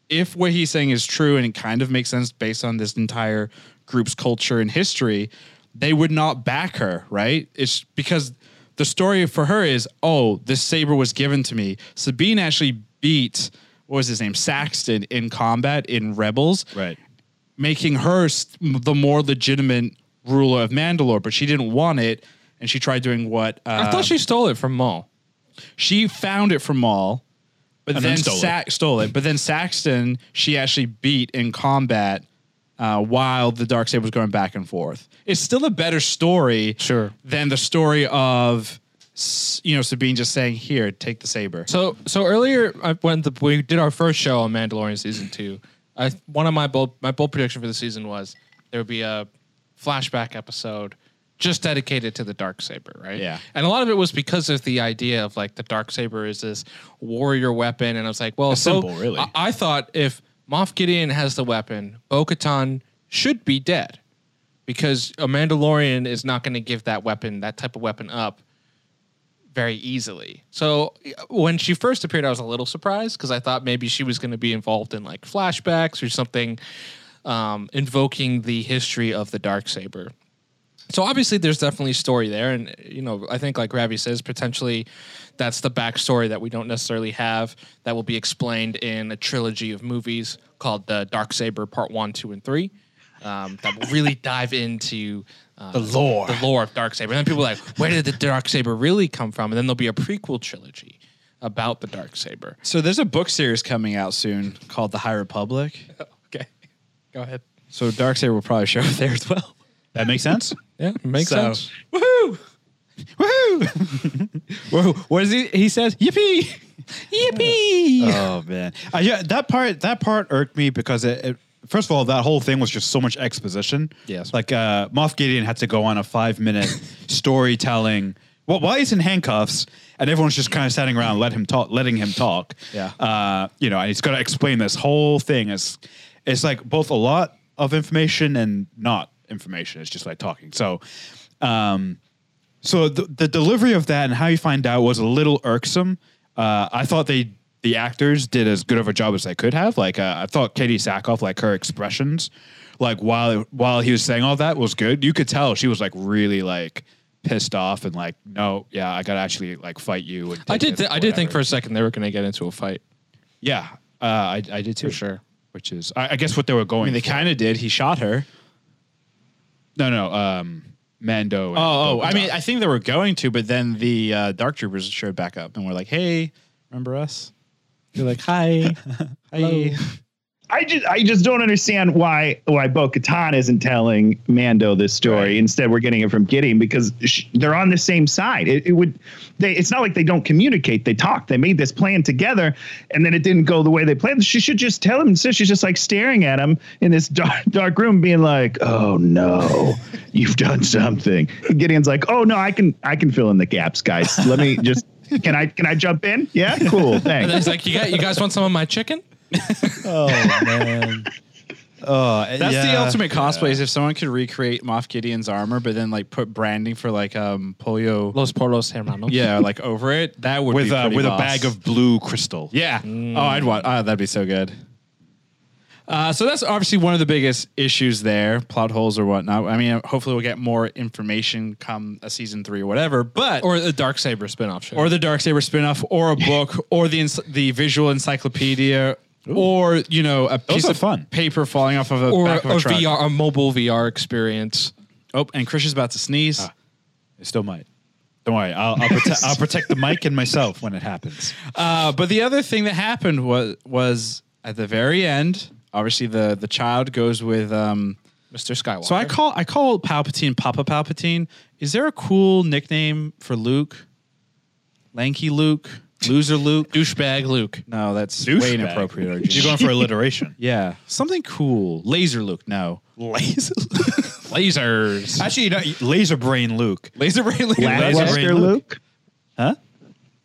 A: if what he's saying is true and it kind of makes sense based on this entire group's culture and history, they would not back her, right? It's because the story for her is, oh, this saber was given to me. Sabine actually beat what was his name, Saxton, in combat in Rebels,
D: Right.
A: making her st- the more legitimate ruler of Mandalore. But she didn't want it, and she tried doing what uh,
C: I thought she stole it from Maul.
A: she found it from Maul, but
D: And
A: then,
D: then
A: Sax
D: stole it.
A: stole it. But then Saxton, she actually beat in combat uh, while the dark saber was going back and forth. It's still a better story,
C: Sure.
A: than the story of s- you know Sabine just saying, "Here, take the saber."
C: So so earlier I- when the, we did our first show on Mandalorian season two, I one of my bold my bold prediction for the season was there would be a flashback episode just dedicated to the dark saber, right?
A: Yeah.
C: And a lot of it was because of the idea of like the dark saber is this warrior weapon, and I was like, well, so
D: symbol, really.
C: I, I thought if Moff Gideon has the weapon, Bo-Katan should be dead because a Mandalorian is not going to give that weapon, that type of weapon, up very easily. So when she first appeared, I was a little surprised because I thought maybe she was going to be involved in like flashbacks or something, um, invoking the history of the dark saber. So obviously, there's definitely story there, and you know, I think like Ravi says, potentially, that's the backstory that we don't necessarily have that will be explained in a trilogy of movies called the Dark Saber Part One, Two, and Three. Um, that will really dive into uh, the lore, the lore of Dark Saber. And then people are like, where did the Dark Saber really come from? And then there'll be a prequel trilogy about the Dark Saber.
A: So there's a book series coming out soon called The High Republic.
C: Okay, go ahead.
A: So dark saber will probably show up there as well.
D: That makes sense.
C: Yeah, makes
A: So-
C: sense.
A: Woohoo! Woohoo! Whoa, what is he? He says, "Yippee!"
C: Yippee!
D: Oh man, uh, yeah, that part that part irked me because it, it. First of all, that whole thing was just so much exposition.
A: Yes.
D: like uh, Moff Gideon had to go on a five minute storytelling. Well, while he's in handcuffs and everyone's just kind of standing around, let him talk, letting him talk.
A: Yeah.
D: uh, you know, and he's got to explain this whole thing. It's it's like both a lot of information and not information. It's just like talking. So, um, so the, the delivery of that and how you find out was a little irksome. Uh, I thought they the actors did as good of a job as they could have. Like uh, I thought Katie Sackhoff, like her expressions, like while while he was saying all that was good. You could tell she was like really like pissed off and like no, yeah, I gotta actually like fight you. And
C: I
D: take
C: did.
D: it,
C: Th- I did think
D: whatever.
C: for a second they were going to get into a fight.
D: yeah, uh, I I did too.
C: sure.
D: which is I, I guess what they were going.
A: I mean, they
D: for.
A: kind of did. He shot her.
D: no no um Mando. and
A: Oh, oh. I
D: Boba
A: mean,
D: Fett.
A: I think they were going to, but then the uh, dark troopers showed back up and were like, "Hey, remember us?"
E: You're like, hi.
A: Hey.
B: I just I just don't understand why why Bo Katan isn't telling Mando this story. Instead, we're getting it from Gideon because sh- they're on the same side. It, it would they it's not like they don't communicate. They talk. They made this plan together, and then it didn't go the way they planned. She should just tell him. Instead, she's just like staring at him in this dark dark room, being like, "Oh no, you've done something." And Gideon's like, "Oh no, I can I can fill in the gaps, guys. Let me just." Can I can I jump in? Yeah, cool.
C: And
B: Thanks.
C: then he's like, you, got, you guys want some of my chicken?
D: Oh man. Oh,
A: That's the ultimate cosplay. Is if someone could recreate Moff Gideon's armor, but then like put branding for like um polio,
C: Los Polos Hermanos.
A: yeah, like over it, that would
D: with
A: be
D: uh,
A: pretty
D: with a
A: boss.
D: bag of blue crystal.
A: Yeah. Oh, I'd want. Oh, that'd be so good. Uh, so that's obviously one of the biggest issues there, plot holes or whatnot. I mean, hopefully we'll get more information come a season three or whatever. But or,
C: Or the Dark Saber spinoff show.
A: the Dark Saber spinoff, or a book, or the ens- the visual encyclopedia, or you know a piece
D: are
A: of
D: fun.
A: paper falling off of a
C: or,
A: back of a
C: or
A: truck.
C: VR, a mobile VR experience.
A: Oh, and Chris is about to sneeze.
D: Ah. It still might. Don't worry. I'll I'll, prote- I'll protect the mic and myself when it happens.
A: Uh, but the other thing that happened was was at the very end. Obviously, the the child goes with um,
C: Mr. Skywalker.
A: So I call I call Palpatine Papa Palpatine. Is there a cool nickname for Luke? Lanky Luke, loser Luke.
C: douchebag Luke.
A: No, that's way
D: Douchebag.
A: inappropriate.
D: You're
A: RG.
D: going for alliteration.
A: yeah, something cool. Laser Luke. No,
D: Laser.
C: Lasers.
D: Actually, you know, laser brain Luke.
A: Laser Ray Luke.
D: Lackluster
B: Lackluster Luke.
D: What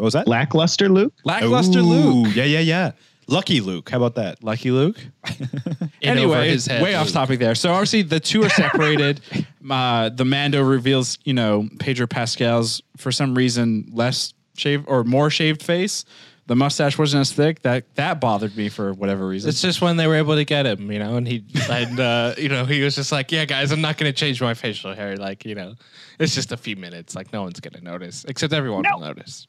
D: was that?
B: Lackluster Luke.
A: Lackluster
D: Ooh,
A: Luke.
D: Yeah, yeah, yeah. Lucky Luke. How about that?
A: Lucky Luke.
C: In over
A: anyway,
C: his head,
A: way off
C: Luke.
A: topic there. So obviously the two are separated. uh, the Mando reveals, you know, Pedro Pascal's for some reason less shaved or more shaved face. The mustache wasn't as thick. That that bothered me for whatever reason.
C: It's just when they were able to get him, you know, and he and uh, you know he was just like, yeah, guys, I'm not gonna change my facial hair, like you know, it's just a few minutes, like no one's gonna notice, except everyone will notice.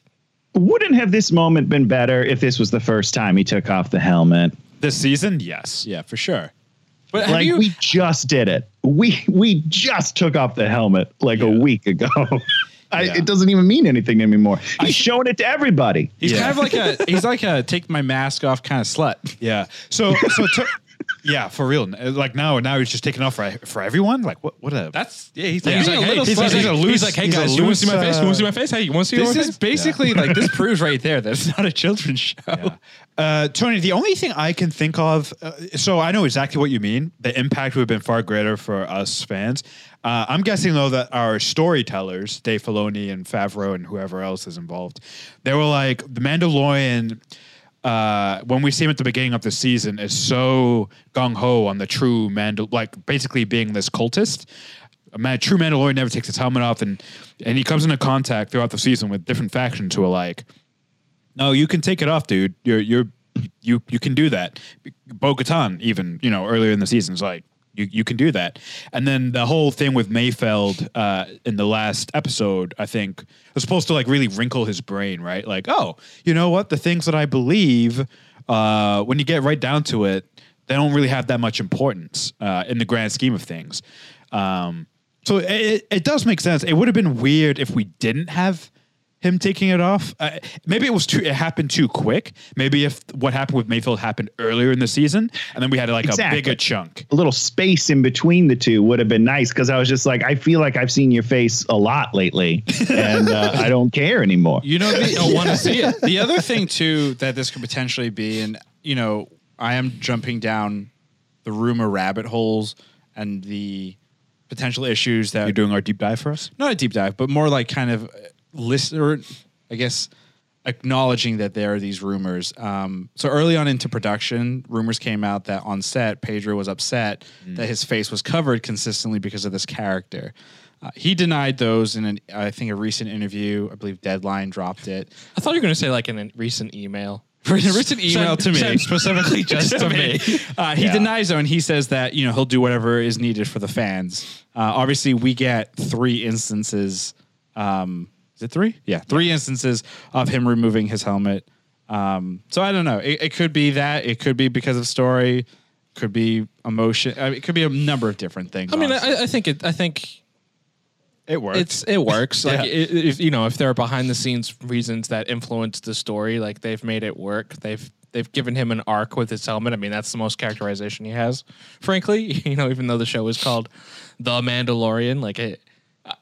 B: wouldn't have this moment been better if this was the first time he took off the helmet?
D: This season, yes.
A: yeah, for sure. But have
B: Like
A: you,
B: we just did it. We we just took off the helmet like a week ago. I,
D: Yeah.
B: It doesn't even mean anything anymore. He's showing it to everybody.
A: he's
D: Yeah.
A: kind of like a he's like a take my mask off kind of slut.
D: Yeah. So, so to- yeah, for real. Like now, now he's just taking off for for everyone. Like what? What a
A: That's
D: yeah. He's,
C: Yeah,
D: he's
C: he's, like,
D: a
C: hey,
D: little
C: he's,
D: slut.
C: like,
D: He's a loose-
C: he's like, hey
D: he's a
C: guys, you want to see
D: loose,
C: my face? You want to see
D: uh,
C: my face? Hey, you want to see
A: this
C: my
A: is
C: face?
A: basically like this proves right there that it's not a children's show.
D: Uh, Tony, the only thing I can think of, uh, so I know exactly what you mean. The impact would have been far greater for us fans. Uh, I'm guessing though that our storytellers, Dave Filoni and Favreau and whoever else is involved, they were like the Mandalorian. Uh, when we see him at the beginning of the season, is so gung ho on the true Mandal, like basically being this cultist. A man, true Mandalorian never takes his helmet off, and and he comes into contact throughout the season with different factions who are like, no, you can take it off, dude. You're you're you you can do that. Bo Katan, even, you know, earlier in the season is like, you, you can do that. And then the whole thing with Mayfeld uh, in the last episode, I think, was supposed to like really wrinkle his brain, right? Like, oh, you know what? The things that I believe, uh, when you get right down to it, they don't really have that much importance uh, in the grand scheme of things. Um, so it- it, it does make sense. It would have been weird if we didn't have him taking it off. Uh, maybe it was too. It happened too quick. Maybe if what happened with Mayfield happened earlier in the season, and then we had like
B: Exactly.
D: a bigger chunk.
B: A little space in between the two would have been nice because I was just like, I feel like I've seen your face a lot lately, and uh, I don't care anymore.
A: You know, the, don't want to see it. The other thing too that this could potentially be, and you know, I am jumping down the rumor rabbit holes and the potential issues that
D: You're doing our deep dive for us.
A: not a deep dive, but more like kind of uh, listener, I guess, acknowledging that there are these rumors. Um, so early on into production, rumors came out that on set, Pedro was upset that his face was covered consistently because of this character. Uh, he denied those in, an, I think, a recent interview. I believe Deadline dropped it.
C: I thought you were gonna say like in a recent email.
A: recent email
C: Send-
A: to me.
C: send specifically just to me.
A: Uh, he denies though, and he says that you know he'll do whatever is needed for the fans. Uh, obviously, we get three instances. Um, is it three? Yeah, three instances of him removing his helmet. Um, so I don't know. It, it could be that. It could be because of story. Could be emotion. I mean, it could be a number of different things.
C: I mean,
A: honestly.
C: I, I think it. I think
D: It works.
C: it's it works. Like, i if you know, if there are behind the scenes reasons that influence the story, like they've made it work. They've they've given him an arc with his helmet. I mean, that's the most characterization he has. Frankly, you know, even though the show is called The Mandalorian, like it. I-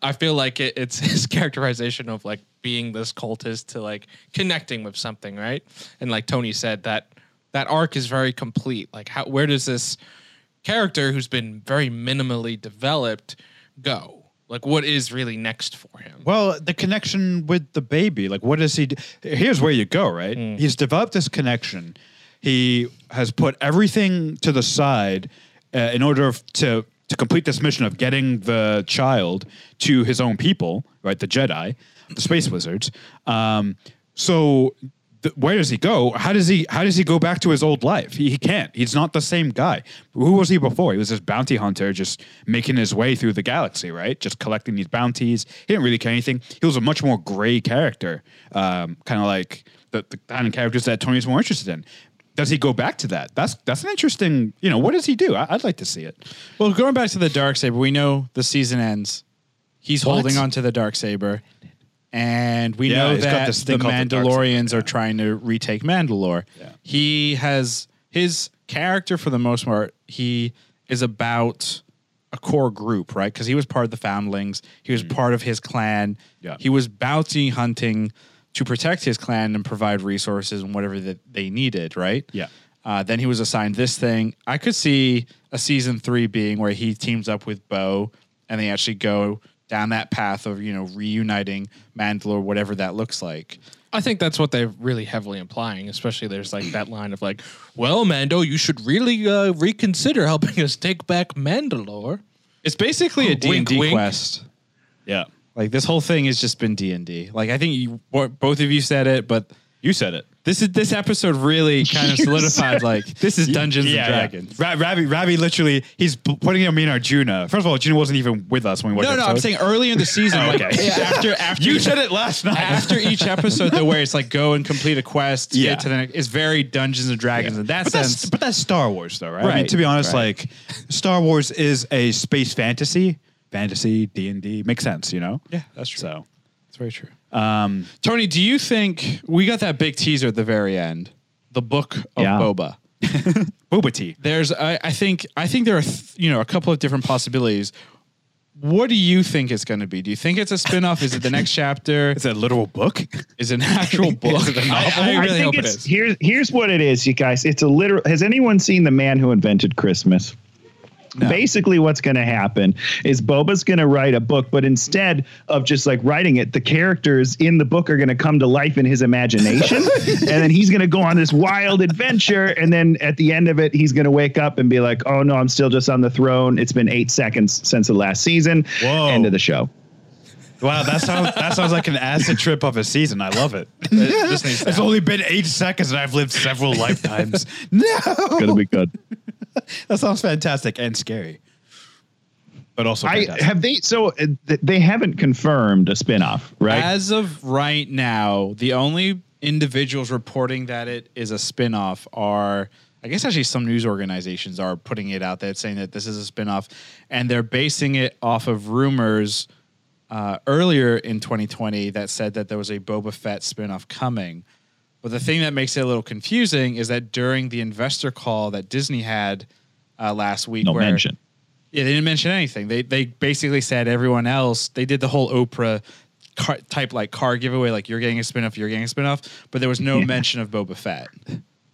C: I feel like it, it's his characterization of like being this cultist to like connecting with something, right? And like Tony said, that that arc is very complete. Like, how where does this character who's been very minimally developed go? Like, what is really next for him?
D: Well, the connection with the baby, like what does he do? Here's where you go, right? He's developed this connection. He has put everything to the side uh, in order f- to to complete this mission of getting the child to his own people, right? The Jedi, the space wizards. Um, so th- where does he go? How does he how does he go back to his old life? He, he can't. He's not the same guy. Who was he before? He was this bounty hunter, just making his way through the galaxy, right? Just collecting these bounties. He didn't really care anything. He was a much more gray character, um, kind of like the, the kind of characters that Tony's more interested in. Does he go back to that? That's that's an interesting. You know, what does he do? I, I'd like to see it.
A: well, going back to the dark saber, we know the season ends. He's holding on to the dark saber, and we
D: Yeah,
A: know
D: he's got
A: that
D: this
A: the
D: thing called the Darksaber,
A: Mandalorians are trying to retake Mandalore. He has his character for the most part. He is about a core group, right? Because he was part of the Foundlings. He was part of his clan.
D: Mm. Yeah.
A: He was bounty hunting to protect his clan and provide resources and whatever that they needed, right?
D: Yeah.
A: Uh, then he was assigned this thing. I could see a season three being where he teams up with Bo and they actually go down that path of, you know, reuniting Mandalore, whatever that looks like.
C: I think that's what they're really heavily implying, especially there's like that line of like, well, Mando, you should really uh, reconsider helping us take back Mandalore.
A: It's basically a
C: Wink,
A: D&D
C: wink.
A: quest.
D: Yeah,
A: Like this whole thing has just been D&D. Like I think you, bo- both of you said it, but
D: you said it.
A: this is this episode really kind of
B: You
A: solidified
B: said-
A: like this is Dungeons
D: yeah,
A: and Dragons.
D: Yeah. Ra- Ravi, Ravi, literally, he's p- putting him in our Juna. First of all, Juna wasn't even with us when we watched.
A: No, no, I'm
D: episode.
A: saying earlier in the season, like
D: Okay.
A: after after
D: you said it last night.
A: after each episode though where it's like go and complete a quest
D: Yeah.
A: get to the next it's very dungeons and dragons in that
D: but
A: sense
D: That's, but that's Star Wars, though, right? I mean,
A: Right,
D: to be honest,
A: right.
D: like Star Wars is a space fantasy, fantasy D and D makes sense, you know. Yeah, that's true. So
A: that's very true tony do you think we got that big teaser at the very end the book of
B: Yeah.
A: boba
D: Boba Tea.
A: there's I, I think i think there are th- you know a couple of different possibilities what do you think it's going to be do you think it's a spin-off is it the next chapter
D: It's a literal book.
A: is it an actual book
C: I, I really hope it
B: it's,
C: is.
B: Here's here's what it is, you guys. It's a literal. Has anyone seen the man who invented Christmas? Basically, what's going to happen is Boba's going to write a book, but instead of just like writing it, the characters in the book are going to come to life in his imagination. and then he's going to go on this wild adventure. And then at the end of it, he's going to wake up and be like, oh no, I'm still just on the throne. It's been eight seconds since the last season.
D: Whoa.
B: End of the show.
D: Wow, that sounds that sounds like an acid trip of a season. I love it. it's only been eight seconds, and I've lived several lifetimes. no,
B: Going to be good.
D: that sounds fantastic and scary, but also
B: I
D: fantastic.
B: have they so uh, th- they haven't confirmed a spinoff, right?
A: As of right now, the only individuals reporting that it is a spin-off are I guess actually some news organizations are putting it out there saying that this is a spin-off and they're basing it off of rumors uh, earlier in 2020 that said that there was a Boba Fett spin-off coming. But the thing that makes it a little confusing is that during the investor call that Disney had uh, last week
B: no
A: where-
B: mention.
A: yeah, they didn't mention anything. They they basically said everyone else. They did the whole Oprah car, type like car giveaway, like you're getting a spinoff, you're getting a spinoff, but there was no mention of Boba Fett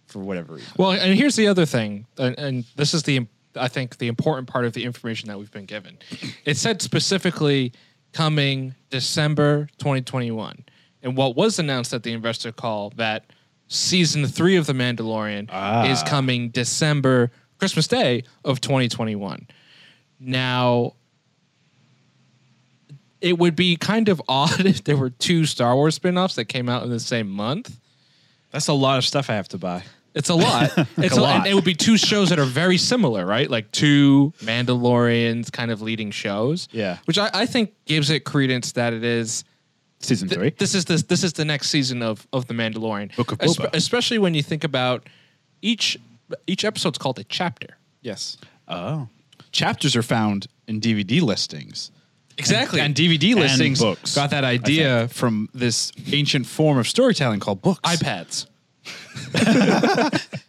A: for whatever reason.
C: Well, and here's the other thing, and, and this is the I think the important part of the information that we've been given. It said specifically coming December 2021, and what was announced at the investor call that season three of The Mandalorian is coming December Christmas Day of 2021. Now, it would be kind of odd if there were two Star Wars spin-offs that came out in the same month.
A: That's a lot of stuff I have to buy.
C: It's a lot. it's a,
A: lot.
C: lot. And it would be two shows that are very similar, right? Like two Mandalorians kind of leading shows.
A: Yeah.
C: Which I, I think gives it credence that it is
D: season
C: th-
D: three.
C: This is this this is the next season of of the Mandalorian.
D: Book of
C: Espe-
D: Boba.
C: especially when you think about each each episode's called a chapter.
A: Yes.
D: Oh.
A: Chapters are found in DVD listings.
C: Exactly.
A: And DVD listings
D: books,
A: got that idea from this ancient form of storytelling called books.
C: iPads.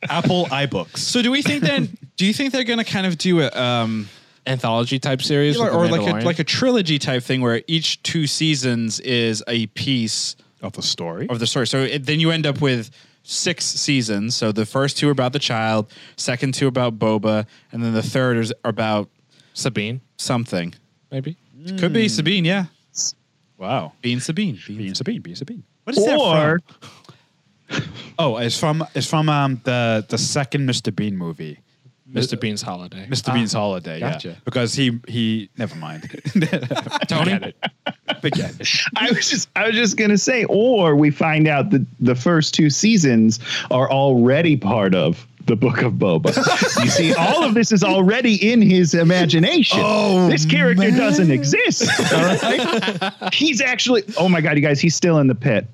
D: Apple iBooks.
A: So do we think then? do you think they're going to kind of do a um,
C: Anthology type series.
A: or,
C: with The
A: or like a
C: Mandalorian.
A: like a trilogy type thing where each two seasons is a piece
D: Of the story.
A: of the story? So it, then you end up with six seasons. So the first two are about the child, second two about Boba, and then the third is about
C: Sabine,
A: something.
C: maybe.
A: Could
C: Hmm.
A: be Sabine, yeah.
D: Wow.
A: Being Sabine. Being-
D: Being Sabine, being Sabine.
A: What is that from?
B: Or
D: Oh, it's from it's from um, the the second Mr. Bean movie.
C: Mr. Bean's holiday.
D: Mr. Bean's holiday. Yeah.
A: gotcha.
D: Because he he never mind. Tony. Forget it.
B: I was just I was just gonna say, or we find out that the first two seasons are already part of the Book of Boba. you see, all of this is already in his imagination. Oh, this character doesn't exist. All right, he's actually. Oh my god, you guys, he's still in the pit.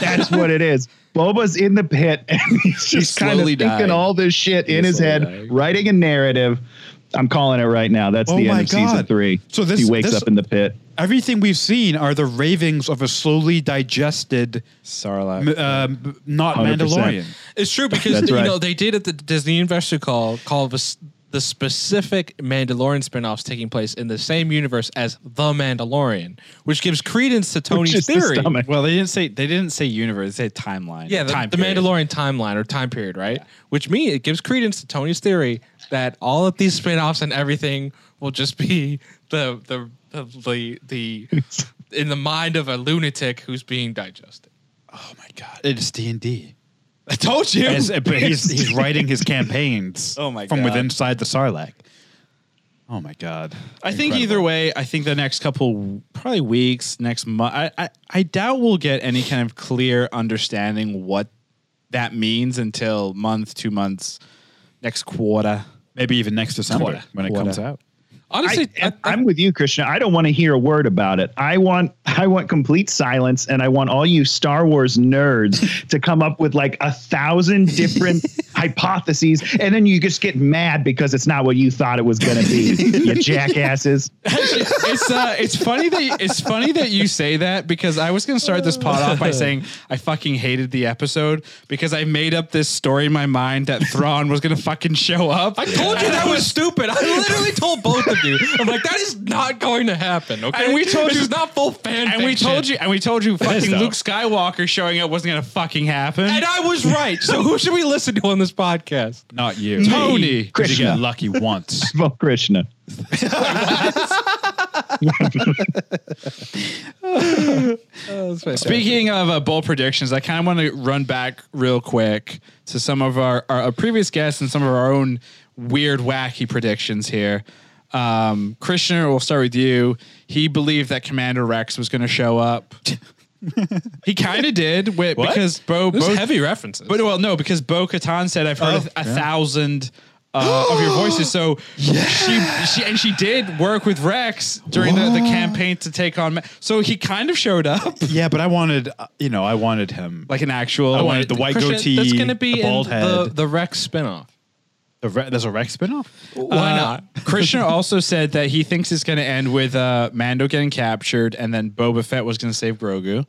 B: That's what it is. Boba's in the pit, and he's just kind of
A: slowly
B: thinking
A: dying.
B: all this shit in his
C: slowly
B: head,
C: dying.
B: writing a narrative. I'm calling it right now. That's
D: Oh
B: the
D: my
B: end of season
D: God.
B: three.
D: So this-
B: he wakes
D: this-
B: up in the pit.
D: Everything we've seen are the ravings of a slowly digested,
A: Sarlacc.
D: m- um, not
B: 100%.
D: Mandalorian.
C: It's true because
B: That's
C: you
B: right.
C: know they did at the Disney Investor Call call the, s- the specific Mandalorian spinoffs taking place in the same universe as the Mandalorian, which gives credence to Tony's
B: is the
C: theory.
B: stomach.
A: Well, they didn't say they didn't say universe. They said timeline.
C: Yeah, the,
A: time
C: the
A: period.
C: Mandalorian timeline or time period, right? Which means it gives credence to Tony's theory that all of these spinoffs and everything will just be the the the the, the in the mind of a lunatic who's being digested.
D: Oh my god! It's D and D.
A: I told you.
D: But he's he's writing his campaigns.
A: Oh my
D: From
A: God.
D: within inside the Sarlacc. Oh my god!
A: I think either way, I think the next couple probably weeks, next month, I, I I doubt we'll get any kind of clear understanding what that means until month, two months, next quarter.
D: Maybe even next December
A: Quarter.
D: when it
A: Quarter.
D: comes out.
C: Honestly, I,
B: I, am with you, Krishna. I don't want to hear a word about it. I want I want complete silence, and I want all you Star Wars nerds to come up with like a thousand different hypotheses, and then you just get mad because it's not what you thought it was going to be. you jackasses!
A: it's uh, it's funny that it's funny that you say that because I was gonna start this pod off by saying I fucking hated the episode because I made up this story in my mind that Thrawn was gonna fucking show up.
C: I told you that was stupid. I literally told both of you. I'm like, that is not going to happen. Okay,
A: And we told
C: this
A: you-
C: is not full fan.
A: and we
C: fiction.
A: told you, and we told you, fucking
D: though.
A: Luke Skywalker showing up wasn't gonna fucking happen.
C: and I was right. So who should we listen to on this podcast?
D: Not you,
A: Tony.
D: Because you get
B: Krishna.
D: lucky once.
B: Vote Krishna.
A: Speaking of uh, bold predictions, I kind of want to run back real quick to some of our, our, our previous guests and some of our own weird, wacky predictions here. Um, Krishner, we'll start with you. He believed that Commander Rex was going to show up. he kind of did wi- because Bo,
C: Those
A: Bo
C: heavy references.
A: but well, no, because Bo Katan said I've
C: Oh,
A: heard a, a thousand uh, of your voices. So she, she and she did work with Rex during the, the campaign to take on. Ma- So he kind of showed up
D: yeah, but I wanted uh, you know I wanted him
A: like an actual.
D: I
C: Oh,
D: wanted the white goatee.
C: That's going to be
D: the bald
C: in
D: head.
C: the the Rex spinoff. Uh,
D: The Re- there's a Rex spinoff.
C: Why not?
A: Uh, Krishna also said that he thinks it's going to end with uh, Mando getting captured, and then Boba Fett was going to save Grogu. Um,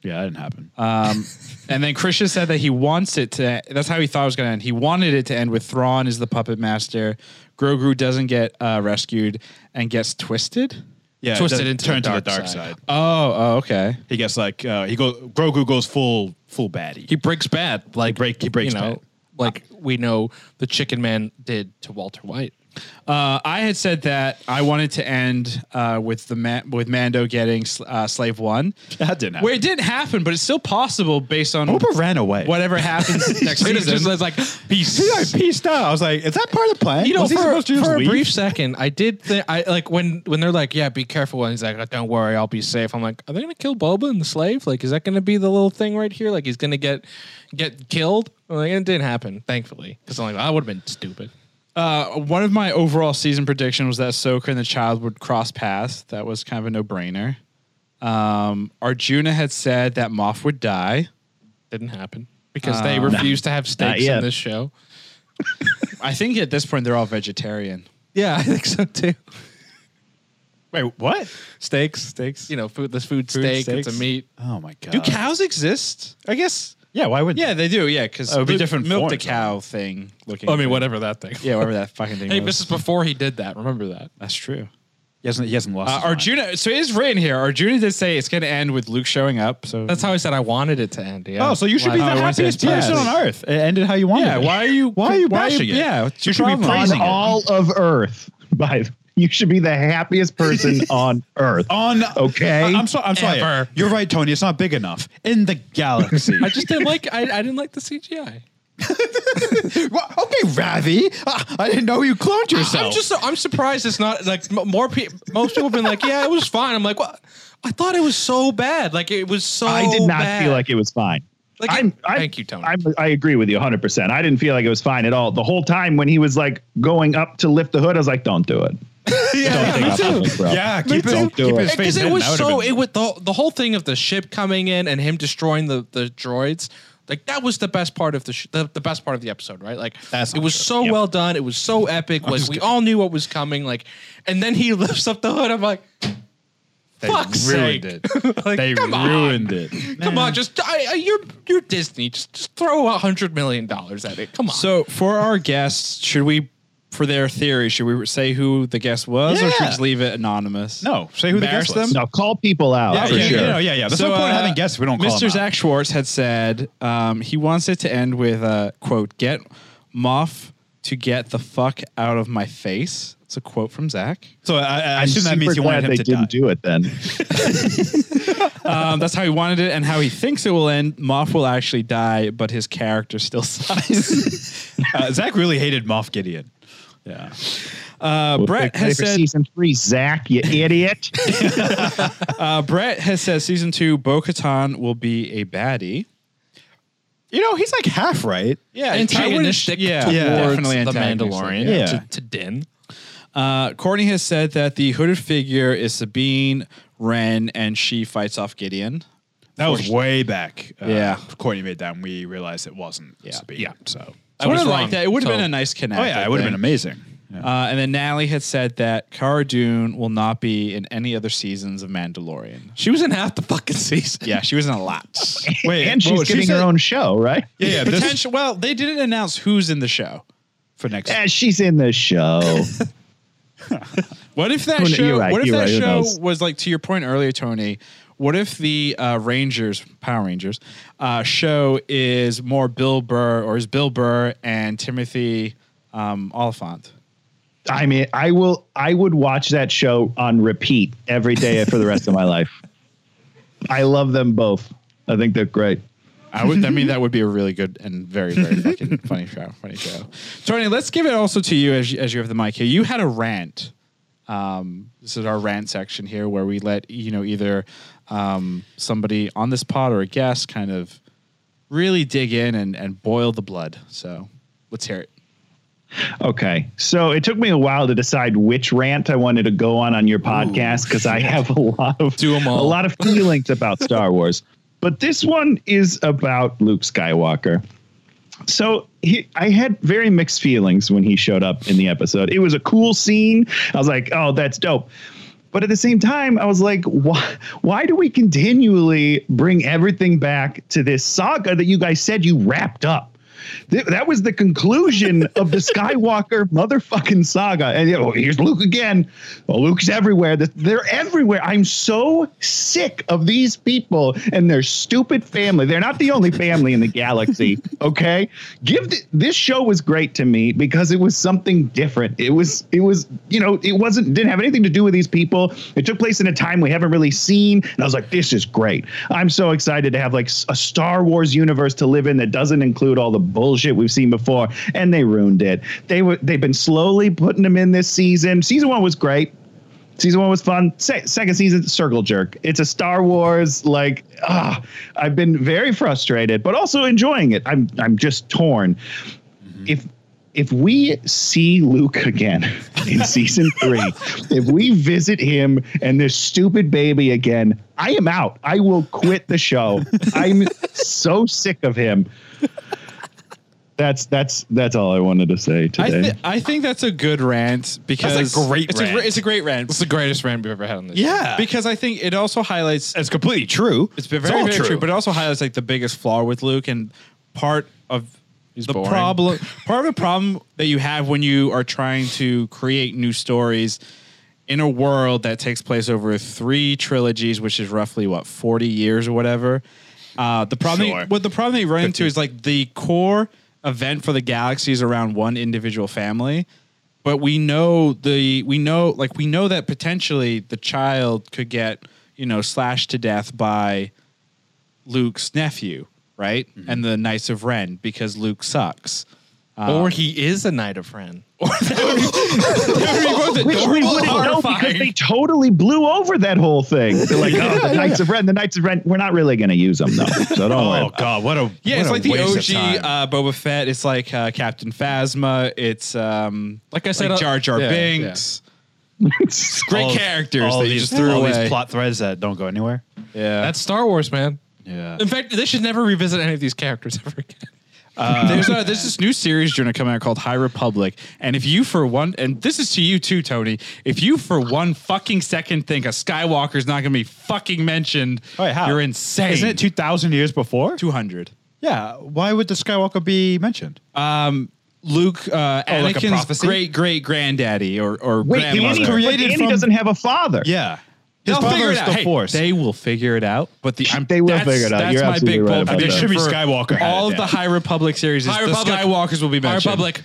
D: Yeah, that didn't happen.
A: And then Krishna said that he wants it to. That's how he thought it was going to end. He wanted it to end with Thrawn as the puppet master. Grogu doesn't get uh, rescued and gets twisted.
D: yeah, it
C: twisted
D: does
C: into the
D: turn to the
C: dark
D: dark
C: side.
D: side.
A: Oh, oh, okay.
D: He gets like uh, he goes. Grogu goes full full baddie.
C: He breaks bad. Like
D: break- he breaks
C: you know,
D: bad.
C: Like we know the Chicken Man did to Walter White.
A: Uh, I had said that I wanted to end uh, with the Ma- with Mando getting sl- uh, Slave One.
D: That didn't happen.
A: Where it didn't happen, but it's still possible based on
D: Boba ran away.
A: whatever happens next
C: It is
A: season.
C: just like peace.
D: He like pieced out. I was like, is that part of the plan?
C: You know,
D: Was he
C: for,
D: supposed to just
C: for a
D: leave?
C: brief second, I did. Th- I like when when they're like, "Yeah, be careful," and he's like, oh, "Don't worry, I'll be safe." I'm like, "Are they gonna kill Boba and the slave? Like, is that gonna be the little thing right here? Like, he's gonna get get killed?" I'm Like, it didn't happen, thankfully, because I'm like, I would have been stupid.
A: Uh, one of my overall season prediction was that Ahsoka and the child would cross paths. That was kind of a no brainer. Um, Arjuna had said that Moff would die.
C: Didn't happen because they refuse to have stakes in
B: yet.
C: this show.
A: I think at this point they're all vegetarian.
C: Yeah, I think so too.
D: Wait, what?
C: Steaks, steaks. You know, food. This food, steak. It's
D: steaks.
C: a meat. Uh,
D: Oh my god.
A: Do cows exist? I guess. Oh,
D: yeah, why would?
A: Yeah, they do. Yeah, because
D: would be different
A: milk
D: forms,
A: the
D: though.
A: cow thing. Looking.
C: I mean, whatever that thing.
A: Yeah, whatever that fucking thing.
C: Hey,
A: was.
C: this is before he did that. Remember that.
A: That's true.
D: He hasn't. He hasn't lost.
A: Uh,
D: his mind.
A: Arjuna. So it is written here. Arjuna did say it's going to end with Luke showing up. So
C: That's how I said I wanted it to end. Yeah.
D: Oh, so you should be the
C: Wow.
A: it went
D: happiest
A: fantastic.
D: person on earth. It ended how you wanted.
A: Yeah,
D: it.
A: why are you-
D: Why are you
A: why are you-
D: bashing it?
A: yeah, what's
D: you
A: your
D: should be
A: problem?
D: praising
B: on
D: it.
B: all of Earth. By the- you should be the happiest person on Earth.
D: on.
B: Okay.
D: I, am sorry. I'm sorry.
C: Ever.
D: You're right, Tony. It's not big enough in the galaxy.
C: I just didn't like. I, I didn't like the CGI.
D: Well, okay, Ravi. Ah, I didn't know you cloned yourself.
C: I'm just. I'm surprised it's not like m- more people. Most people have been like, yeah, it was fine. I'm like, what? I thought it was so bad. Like it was so.
B: I
D: Oh,
B: did not
C: bad.
B: feel like it was fine.
C: Like,
B: I'm, i
C: thank you, Tony.
B: I'm, I agree with you 100%. I didn't feel like it was fine at all. The whole time when he was like going up to lift the hood, I was like, don't do it.
C: yeah,
B: Take
C: me
B: off the
C: too.
B: hood, bro.
D: yeah. Keep
B: too.
D: it.
B: Don't do
D: Keep
B: it.
D: his face
C: because it
D: hidden.
C: was
D: That would've
C: so
D: been-
C: it with the, the whole thing of the ship coming in and him destroying the, the droids like that was the best part of the, sh- the the best part of the episode right like
D: That's
C: it
D: not
C: was
D: true.
C: so
B: Yep.
C: well done it was so epic like we all knew what was coming like and then he lifts up the hood I'm like fuck's
D: ruined
C: sake Like,
D: They
C: come
D: ruined it.
C: on come on just I, I, you're you're Disney just just throw a hundred million dollars at it come on
A: So for our guests, should we, for their theory, should we say who the guest was, or should we
D: Yeah.
A: just leave it anonymous?
D: No, say who the
A: Embarrass
D: guest was.
B: No, call people out
D: Yeah,
B: for
D: yeah,
B: sure.
D: yeah, no, yeah, yeah. There's no point in having guests if we don't call
A: Mr.
D: them out.
A: uh, Zach Schwartz had said um, he wants it to end with a quote: "Get Moff to get the fuck out of my face." It's a quote from Zach.
D: So I, I
B: I'm
D: assume that means
B: super
D: you
B: glad
D: wanted him
B: they
D: to die.
B: didn't do it then.
A: Um, that's how he wanted it, and how he thinks it will end. Moff will actually die, but his character still survives.
D: Uh, Zach really hated Moff Gideon. Yeah.
A: Uh, Brett
B: Ready
A: has
B: for
A: said
B: season three, Zach, you idiot.
A: Uh, Brett has said season two, Bo Katan will be a baddie.
D: You know, he's like half right.
A: Yeah,
C: antagonistic
A: yeah,
C: towards
D: yeah,
A: definitely
C: the
A: antagonistic,
C: Mandalorian
D: yeah.
C: to, to Din
A: Uh, Courtney has said that the hooded figure is Sabine Wren, and she fights off Gideon.
D: That was way back. Uh,
A: Yeah.
D: Courtney made that and we realized it wasn't yeah. Sabine.
C: Yeah.
D: So.
A: I
C: was
A: would have
C: wrong.
A: liked that. It would have
C: So-
A: been a nice connect.
D: Oh, yeah.
A: I
D: It would have been
A: think.
D: amazing. Yeah.
A: Uh, and then Natalie had said that Cara Dune will not be in any other seasons of Mandalorian.
C: she was in half the fucking season
A: Yeah, she was in a lot.
D: Wait,
B: and she's
D: whoa, she
B: getting
D: said-
B: her own show, right?
D: Yeah, yeah this is
A: Potential. Well, they didn't announce who's in the show.
D: for next.
B: Yeah, she's in the show.
A: What if that
B: Who kn-
A: show?
B: you're right,
A: what if
B: you're
A: that
B: right, who
A: show
B: knows?
A: was like to your point earlier, Tony? What if the uh, Rangers, Power Rangers, uh, show is more Bill Burr or is Bill Burr and Timothy um, Oliphant?
B: I mean, I will. I would watch that show on repeat every day for the rest of my life. I love them both. I think they're great.
A: I would. I mean, that would be a really good and very very fucking funny show. Funny show. Tony, let's give it also to you as you, as you have the mic here. You had a rant. Um, this is our rant section here, where we let you know either um, somebody on this pod or a guest kind of really dig in and and boil the blood. So let's hear it.
B: Okay, so it took me a while to decide which rant I wanted to go on on your podcast because I have a lot of
C: Do 'em
B: a
C: all.
B: lot of feelings about Star Wars, but this one is about Luke Skywalker. So he, I had very mixed feelings when he showed up in the episode. It was a cool scene. I was like, "Oh, that's dope." But at the same time, I was like, why, why do we continually bring everything back to this saga that you guys said you wrapped up? Th- that was the conclusion of the Skywalker motherfucking saga. And you know, here's Luke again. Oh, Luke's everywhere. Th- They're everywhere. I'm so sick of these people and their stupid family. They're not the only family in the galaxy. Okay, give the, this show was great to me because it was something different. It was it was you know it wasn't didn't have anything to do with these people. It took place in a time we haven't really seen, and I was like, this is great. I'm so excited to have like s- a Star Wars universe to live in that doesn't include all the bullshit we've seen before. And they ruined it. They were they've been slowly putting them in this season. Season one was great. Season one was fun. Se- second season, Circle Jerk. It's a Star Wars like. Ah, I've been very frustrated, but also enjoying it. I'm I'm just torn. If if we see Luke again in season three, if we visit him and this stupid baby again, I am out. I will quit the show. I'm so sick of him. That's that's that's all I wanted to say
A: I,
B: today.
A: thi- I think that's a good rant because
D: great
A: it's, A,
D: rant.
A: gr- it's a great rant.
C: It's the greatest rant we've ever had on this.
D: Yeah.
A: because I think it also highlights
D: It's completely true.
A: It's been very,
D: all
A: very true. but it also highlights like the biggest flaw with Luke and part of the
D: boring.
A: problem. Part of the problem that you have when you are trying to create new stories in a world that takes place over three trilogies, which is roughly what forty years or whatever. Uh, the problem,
D: Sure.
A: what the problem they run into is like the core event for the galaxy is around one individual family. But we know the we know like we know that potentially the child could get you know slashed to death by Luke's nephew, right? And the Knights of Ren because Luke sucks. Oh.
C: or he is a knight of Ren.
B: Which we wouldn't know because they totally blew over that whole thing. They're like, oh, the Knights of Ren, the Knights of Ren. We're not really going to use them though, so don't worry.
D: Oh God, what a
A: Yeah,
D: what
A: it's
D: a
A: like the
D: waste of
A: OG
D: time.
A: uh, Boba Fett. It's like uh, Captain Phasma. It's um,
C: Like I said, uh,
A: Jar Jar
C: yeah,
A: Binks. Great
D: All-
A: characters
D: all
A: that you
D: these,
A: just threw
D: all
A: away.
D: these plot threads that don't go anywhere.
A: yeah,
C: That's Star Wars, man.
D: Yeah.
C: In fact, they should never revisit any of these characters ever again.
A: Uh, there's a, there's this new series journal coming out called High Republic, and if you for one, and this is to you too, Tony, if you for one fucking second think a Skywalker's not gonna be fucking mentioned,
D: Wait, Oh, how?
A: you're insane.
D: Isn't it two thousand years before?
A: two hundred?
D: Yeah. Why would the Skywalker be mentioned?
A: Um, Luke, uh,
D: Oh, like a
A: Anakin's
D: prophecy?
A: great great granddaddy or or
B: Wait,
A: grandmother.
B: Danny, but
D: created
B: Danny
D: from-
B: doesn't have a father.
D: yeah. His
A: They'll figure
D: father
A: it
D: is
A: out.
D: the
A: Hey,
D: Force.
A: They will figure it out. But the I'm,
B: They will
A: that's-
B: figure it out.
A: That's
B: You're
A: my
B: absolutely
A: big
B: right
A: bold
B: about
D: They
B: that.
A: prediction
D: should be
A: for
D: Skywalker. had
A: All
D: it,
A: of the
D: yeah.
A: High Republic series is
C: High
A: the
C: Republic.
A: Skywalkers will be
C: Our
A: mentioned.
C: Republic,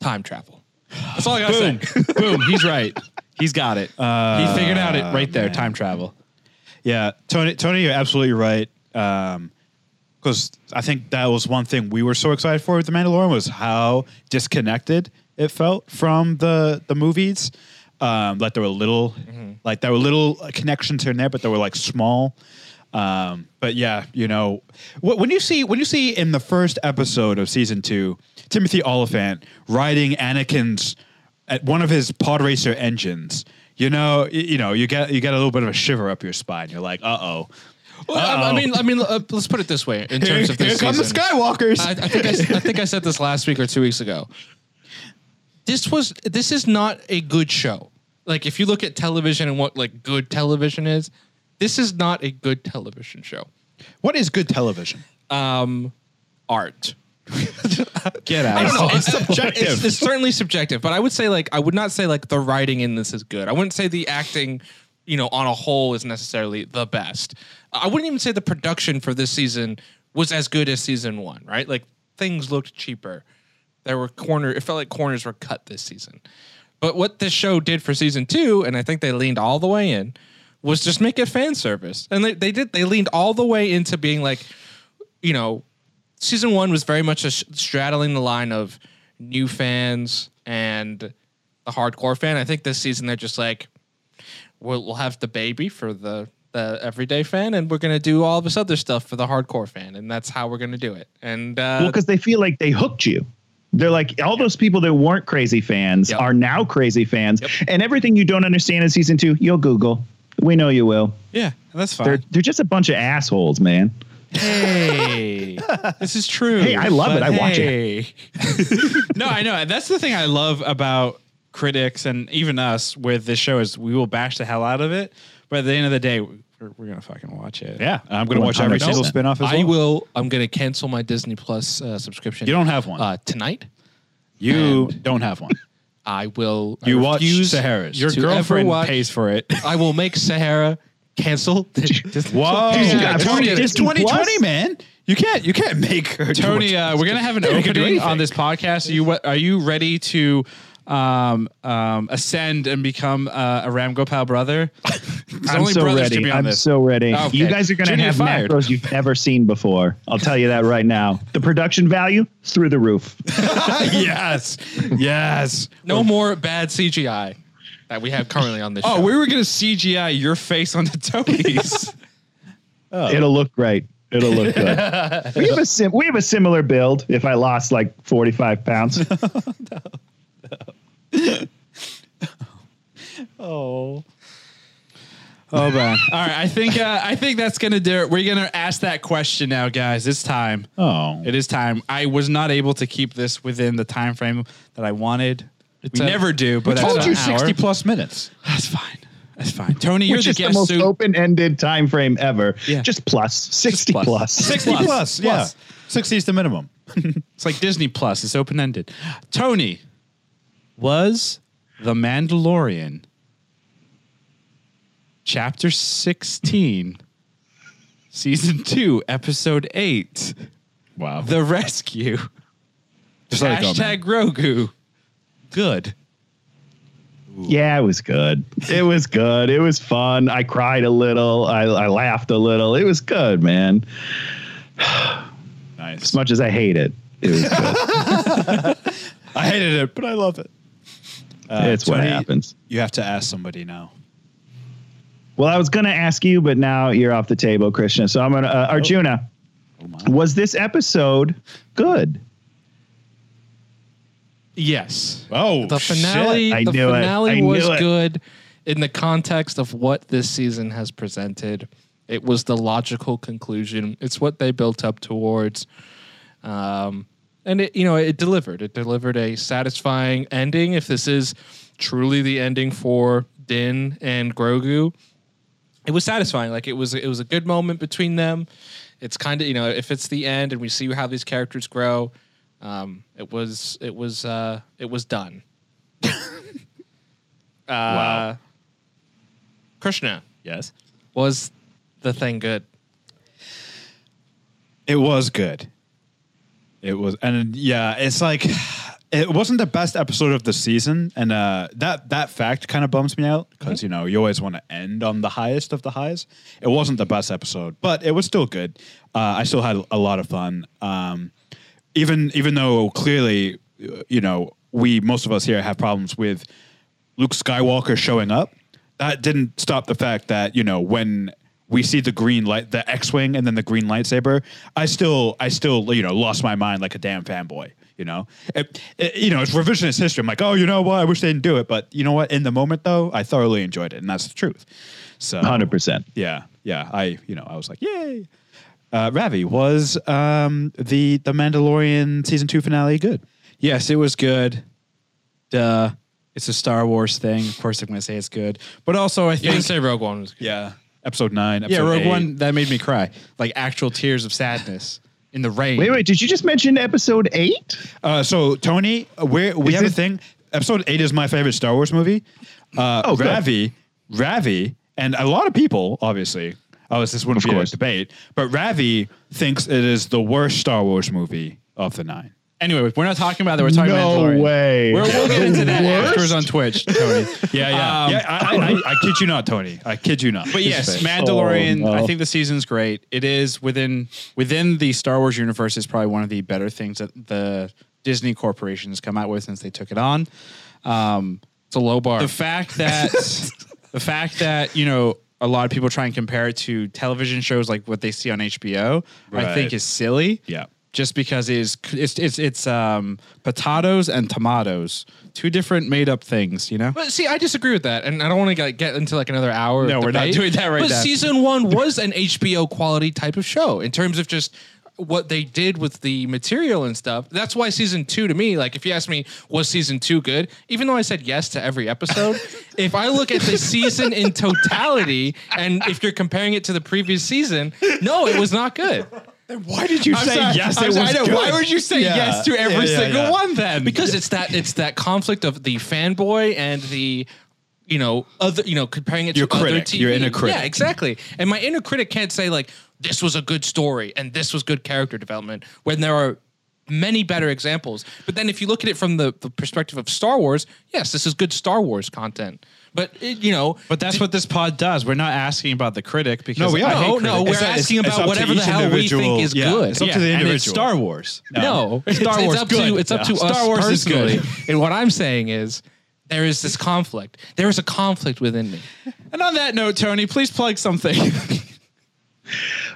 C: time travel. That's all I gotta
A: Boom,
C: say.
A: boom. He's right. He's got it. he figured out it right there. Time travel.
D: Yeah, Tony, Tony, you're absolutely right. Um, because I think that was one thing we were so excited for with the Mandalorian was how disconnected it felt from the the movies. Um, like there were little, like there were little connections here and there, but they were like small. Um, but yeah, you know, wh- when you see when you see in the first episode of season two, Timothy Oliphant riding Anakin's at one of his pod racer engines, you know, y- you know, you get you get a little bit of a shiver up your spine. You're like, uh oh,
C: Well, I, I mean, I mean, uh, let's put it this way in terms of
D: here
C: this
D: come the
C: season.
D: Skywalkers.
C: I, I think I, s- I think I said this last week or two weeks ago. This was this is not a good show. Like if you look at television and what like good television is, this is not a good television show.
D: What is good television?
C: Um, art.
A: Get out.
C: I don't know. Oh, It's,
D: subjective.
C: It's, it's certainly subjective, but I would say like I would not say like the writing in this is good. I wouldn't say the acting, you know, on a whole is necessarily the best. I wouldn't even say the production for this season was as good as season one. Right? Like things looked cheaper. There were corner. It felt like corners were cut this season. But what this show did for season two, and I think they leaned all the way in, was just make it fan service. And they, they did. They leaned all the way into being like, you know, season one was very much a sh- straddling the line of new fans and the hardcore fan. I think this season they're just like, we'll, we'll have the baby for the the everyday fan, and we're gonna do all this other stuff for the hardcore fan, and that's how we're gonna do it. And uh,
B: Well, because they feel like they hooked you. They're like all those people that weren't crazy fans
C: Yep.
B: are now crazy fans, and everything you don't understand in season two, you'll Google. We know you will.
A: Yeah, that's fine.
B: They're they're just a bunch of assholes, man.
A: hey, this is true.
B: Hey, I love it. I watch it.
A: it. no, I know. And That's the thing I love about critics and even us with this show is we will bash the hell out of it, but at the end of the day, we're, we're gonna fucking watch it.
D: Yeah, I'm going to watch every
B: 100%.
D: single spinoff as well.
C: I will. I'm gonna cancel my Disney Plus uh, subscription.
D: You don't have one.
C: uh, tonight.
D: you don't have one.
C: I will.
D: You
C: I
D: watch
C: refuse
D: Sahara's.
A: Your
C: to ever
A: girlfriend
C: watch-
A: pays for it.
C: I will make Sahara cancel. the Disney
D: Whoa,
C: Plus.
B: got
D: Oh, Tony,
B: Tony,
D: it's
B: Disney
D: 2020,
B: Plus?
D: man. You can't you can't make her do
A: Tony,
D: what-
A: uh, we're gonna have an
D: They could do
A: opening on
D: anything.
A: this podcast. Are you are you ready to um, um, ascend and become uh, a Ramgopal brother?
B: I'm
A: only
B: so
A: brothers
B: ready.
A: should be on
B: I'm
A: this.
B: so ready.
A: Okay.
B: You guys are going to
A: Junior
B: have
A: fired.
B: macros you've never seen before. I'll tell you that right now. The production value through the roof.
D: yes, yes.
C: No more bad CGI that we have currently on this
A: Oh,
C: show.
A: we were gonna CGI your face onto Tony's. Oh.
B: It'll look great. It'll look good. we have a sim- we have a similar build. If I lost like 45 pounds,
A: Oh man! All right, I think uh, I think that's gonna do it. We're gonna ask that question now, guys. It's time.
D: Oh.
A: It is time. I was not able to keep this within the time frame that I wanted. we
F: a-
A: never do, but
D: I told
A: that's
D: you
A: an hour.
D: 60 plus minutes.
A: That's fine. That's fine. Tony, you're
B: Which
A: the
B: is the
A: guest.
B: most
A: so-
B: open-ended time frame ever.
A: Yeah.
B: Just plus sixty
A: plus.
B: plus.
D: 60 plus, yeah. 60 is the minimum.
A: It's like Disney Plus. It's open ended. Tony, was The Mandalorian chapter 16, season 2, episode 8,
D: Wow.
A: The Rescue,
D: Just let it go, man.
A: hashtag Grogu, good?
B: Yeah, it was good. It was good. It was fun. I cried a little. I, I laughed a little. It was good, man.
D: Nice.
B: As much as I hate it, it was good.
D: I hated it, but I love it.
A: Uh,
B: it's what
D: Tony-
B: happens.
D: You have to ask somebody now.
B: Well, I was going to ask you, but now you're off the table, Krishna. So I'm going to uh, Arjuna. Was this episode good?
F: Yes.
D: Oh,
C: The finale,
B: I
C: the
B: knew it.
C: finale
B: I
C: was
B: knew it.
C: good in the context of what this season has presented. It was the logical conclusion. It's what they built up towards, um, and it you know it delivered. It delivered a satisfying ending. If this is truly the ending for Din and Grogu, it was satisfying. Like it was it was a good moment between them. It's kind of you know if it's the end and we see how these characters grow, um, it was it was uh, it was done. wow. Krishna
D: Yes.
C: was the thing good.
D: It was good. It was, and yeah, it's like it wasn't the best episode of the season, and uh, that that fact kind of bums me out because you know you always want to end on the highest of the highs. It wasn't the best episode, but it was still good. Uh, I still had a lot of fun, um, even even though clearly, uh, you know, we most of us here have problems with Luke Skywalker showing up, that didn't stop the fact that you know when we see the green light, the X-wing, and then the green lightsaber, I still, I still, you know, lost my mind like a damn fanboy. You know, It- it- you know, it's revisionist history. I'm like, oh, you know what? I wish they didn't do it, but you know what? In the moment, though, I thoroughly enjoyed it, and that's the truth. So,
B: 100%.
D: yeah, yeah, I, you know, I was like, yay. Uh, Ravi was um, the the Mandalorian season two finale good?
A: Yes, it was good. Duh. It's a Star Wars thing. Of course, I'm going to say it's good. But also, I
C: You
A: think.
C: didn't say Rogue One was good.
D: Yeah, episode nine.
A: yeah,
D: Episode
A: Rogue
D: eight.
A: One, that made me cry. Like actual tears of sadness in the rain.
B: Wait, wait. Did you just mention episode eight?
D: Uh, so Tony, uh, we're, we
B: Is
D: have a
B: it-
D: thing. Episode eight is my favorite Star Wars movie. Uh,
B: Oh, good.
D: Ravi, Ravi, and a lot of people, obviously. Oh, this wouldn't be
B: course.
D: a debate, but Ravi thinks it is the worst Star Wars movie of the nine.
A: Anyway, we're not talking about that. We're talking
B: No
A: Mandalorian.
B: way.
A: We're, we'll get into that
B: Worst?
A: afterwards on Twitch, Tony.
D: Yeah, yeah,
A: Um,
D: yeah. I, I, I, I kid you not, Tony. I kid you not.
A: But yes,
D: His face.
A: Mandalorian.
B: Oh, no.
A: I think the season's great. It is within within the Star Wars universe is probably one of the better things that the Disney Corporation has come out with since they took it on. Um,
C: It's a low bar.
A: the fact that the fact that you know a lot of people try and compare it to television shows like what they see on HBO, I
D: Right.
A: think is silly.
D: Yeah.
A: Just because it is it's it's it's um potatoes and tomatoes, two different made up things, you know.
C: but see, I disagree with that, and I don't want to get into like another hour. of
A: No, we're not
C: debate,
A: doing that right
C: But
A: now.
C: season one was an HBO quality type of show in terms of just what they did with the material and stuff. That's why season two to me, like if you ask me, was season two good? Even though I said yes to every episode, if I look at the season in totality, and if you're comparing it to the previous season, no, it was not good.
D: Why did you say Oh. yes? it was good?
A: Why would you say
D: Yeah.
A: yes to every
D: Yeah, yeah,
A: single
D: yeah.
A: one then?
C: because it's that it's that conflict of the fanboy and the you know other you know comparing it
D: Your
C: to other
D: critic.
C: TV.
D: Your inner critic.
C: Yeah, exactly. And my inner critic can't say like this was a good story and this was good character development when there are many better examples. But then if you look at it from the, the perspective of Star Wars, yes, this is good Star Wars content. But it, you know,
A: but that's what this pod does. We're not asking about the critic because
D: No, we are.
A: I hate
C: no,
A: critics.
C: no, we're
D: It's- it's-
C: asking
D: it's
C: about
D: up to
C: whatever the
D: each
C: hell we
D: individual-
C: think is
D: yeah,
C: good.
D: it's up to the
A: and
D: individual.
A: it's Star Wars.
C: No,
A: Star
C: it's,
A: Wars,
C: It's up
A: good.
C: to it's up to
A: Yeah.
C: us
A: Star Wars is
C: personally.
A: good.
C: and what I'm saying is, there is this conflict. There is a conflict within me.
A: And on that note, Tony, please plug something.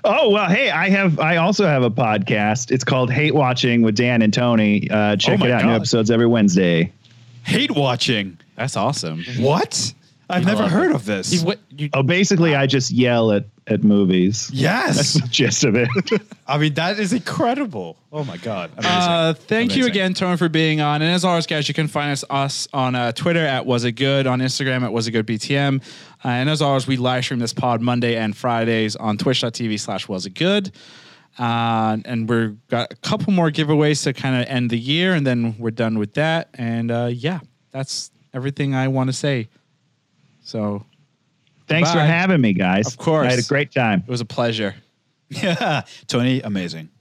B: Oh well, hey, I have I also have a podcast. It's called Hate Watching with Dan and Tony.
A: Oh
B: Uh, check
D: my
B: it out. New
D: God.
B: episodes every Wednesday.
D: hate watching?
A: that's awesome.
D: What? I've never
G: love
D: heard of this.
G: You, what, you,
B: Oh, basically, I just yell at at movies.
D: yes.
B: That's the gist of it.
D: I mean, that is incredible. Oh my God. Amazing.
A: Uh, thank you
D: Amazing.
A: again, Tone, for being on. And as always, guys, you can find us us on uh, Twitter at Was It Good, on Instagram at Was It Good BTM, uh, and as always, we live stream this pod Monday and Fridays on Twitch.tv slash Was It Good. Uh, and we've got a couple more giveaways to kind of end the year, and then we're done with that. And uh, yeah, that's everything I want to say. So
B: Thanks for
A: Bye.
B: having me, guys.
A: Of course.
B: I had a great time.
A: it was a pleasure.
D: Tony, amazing.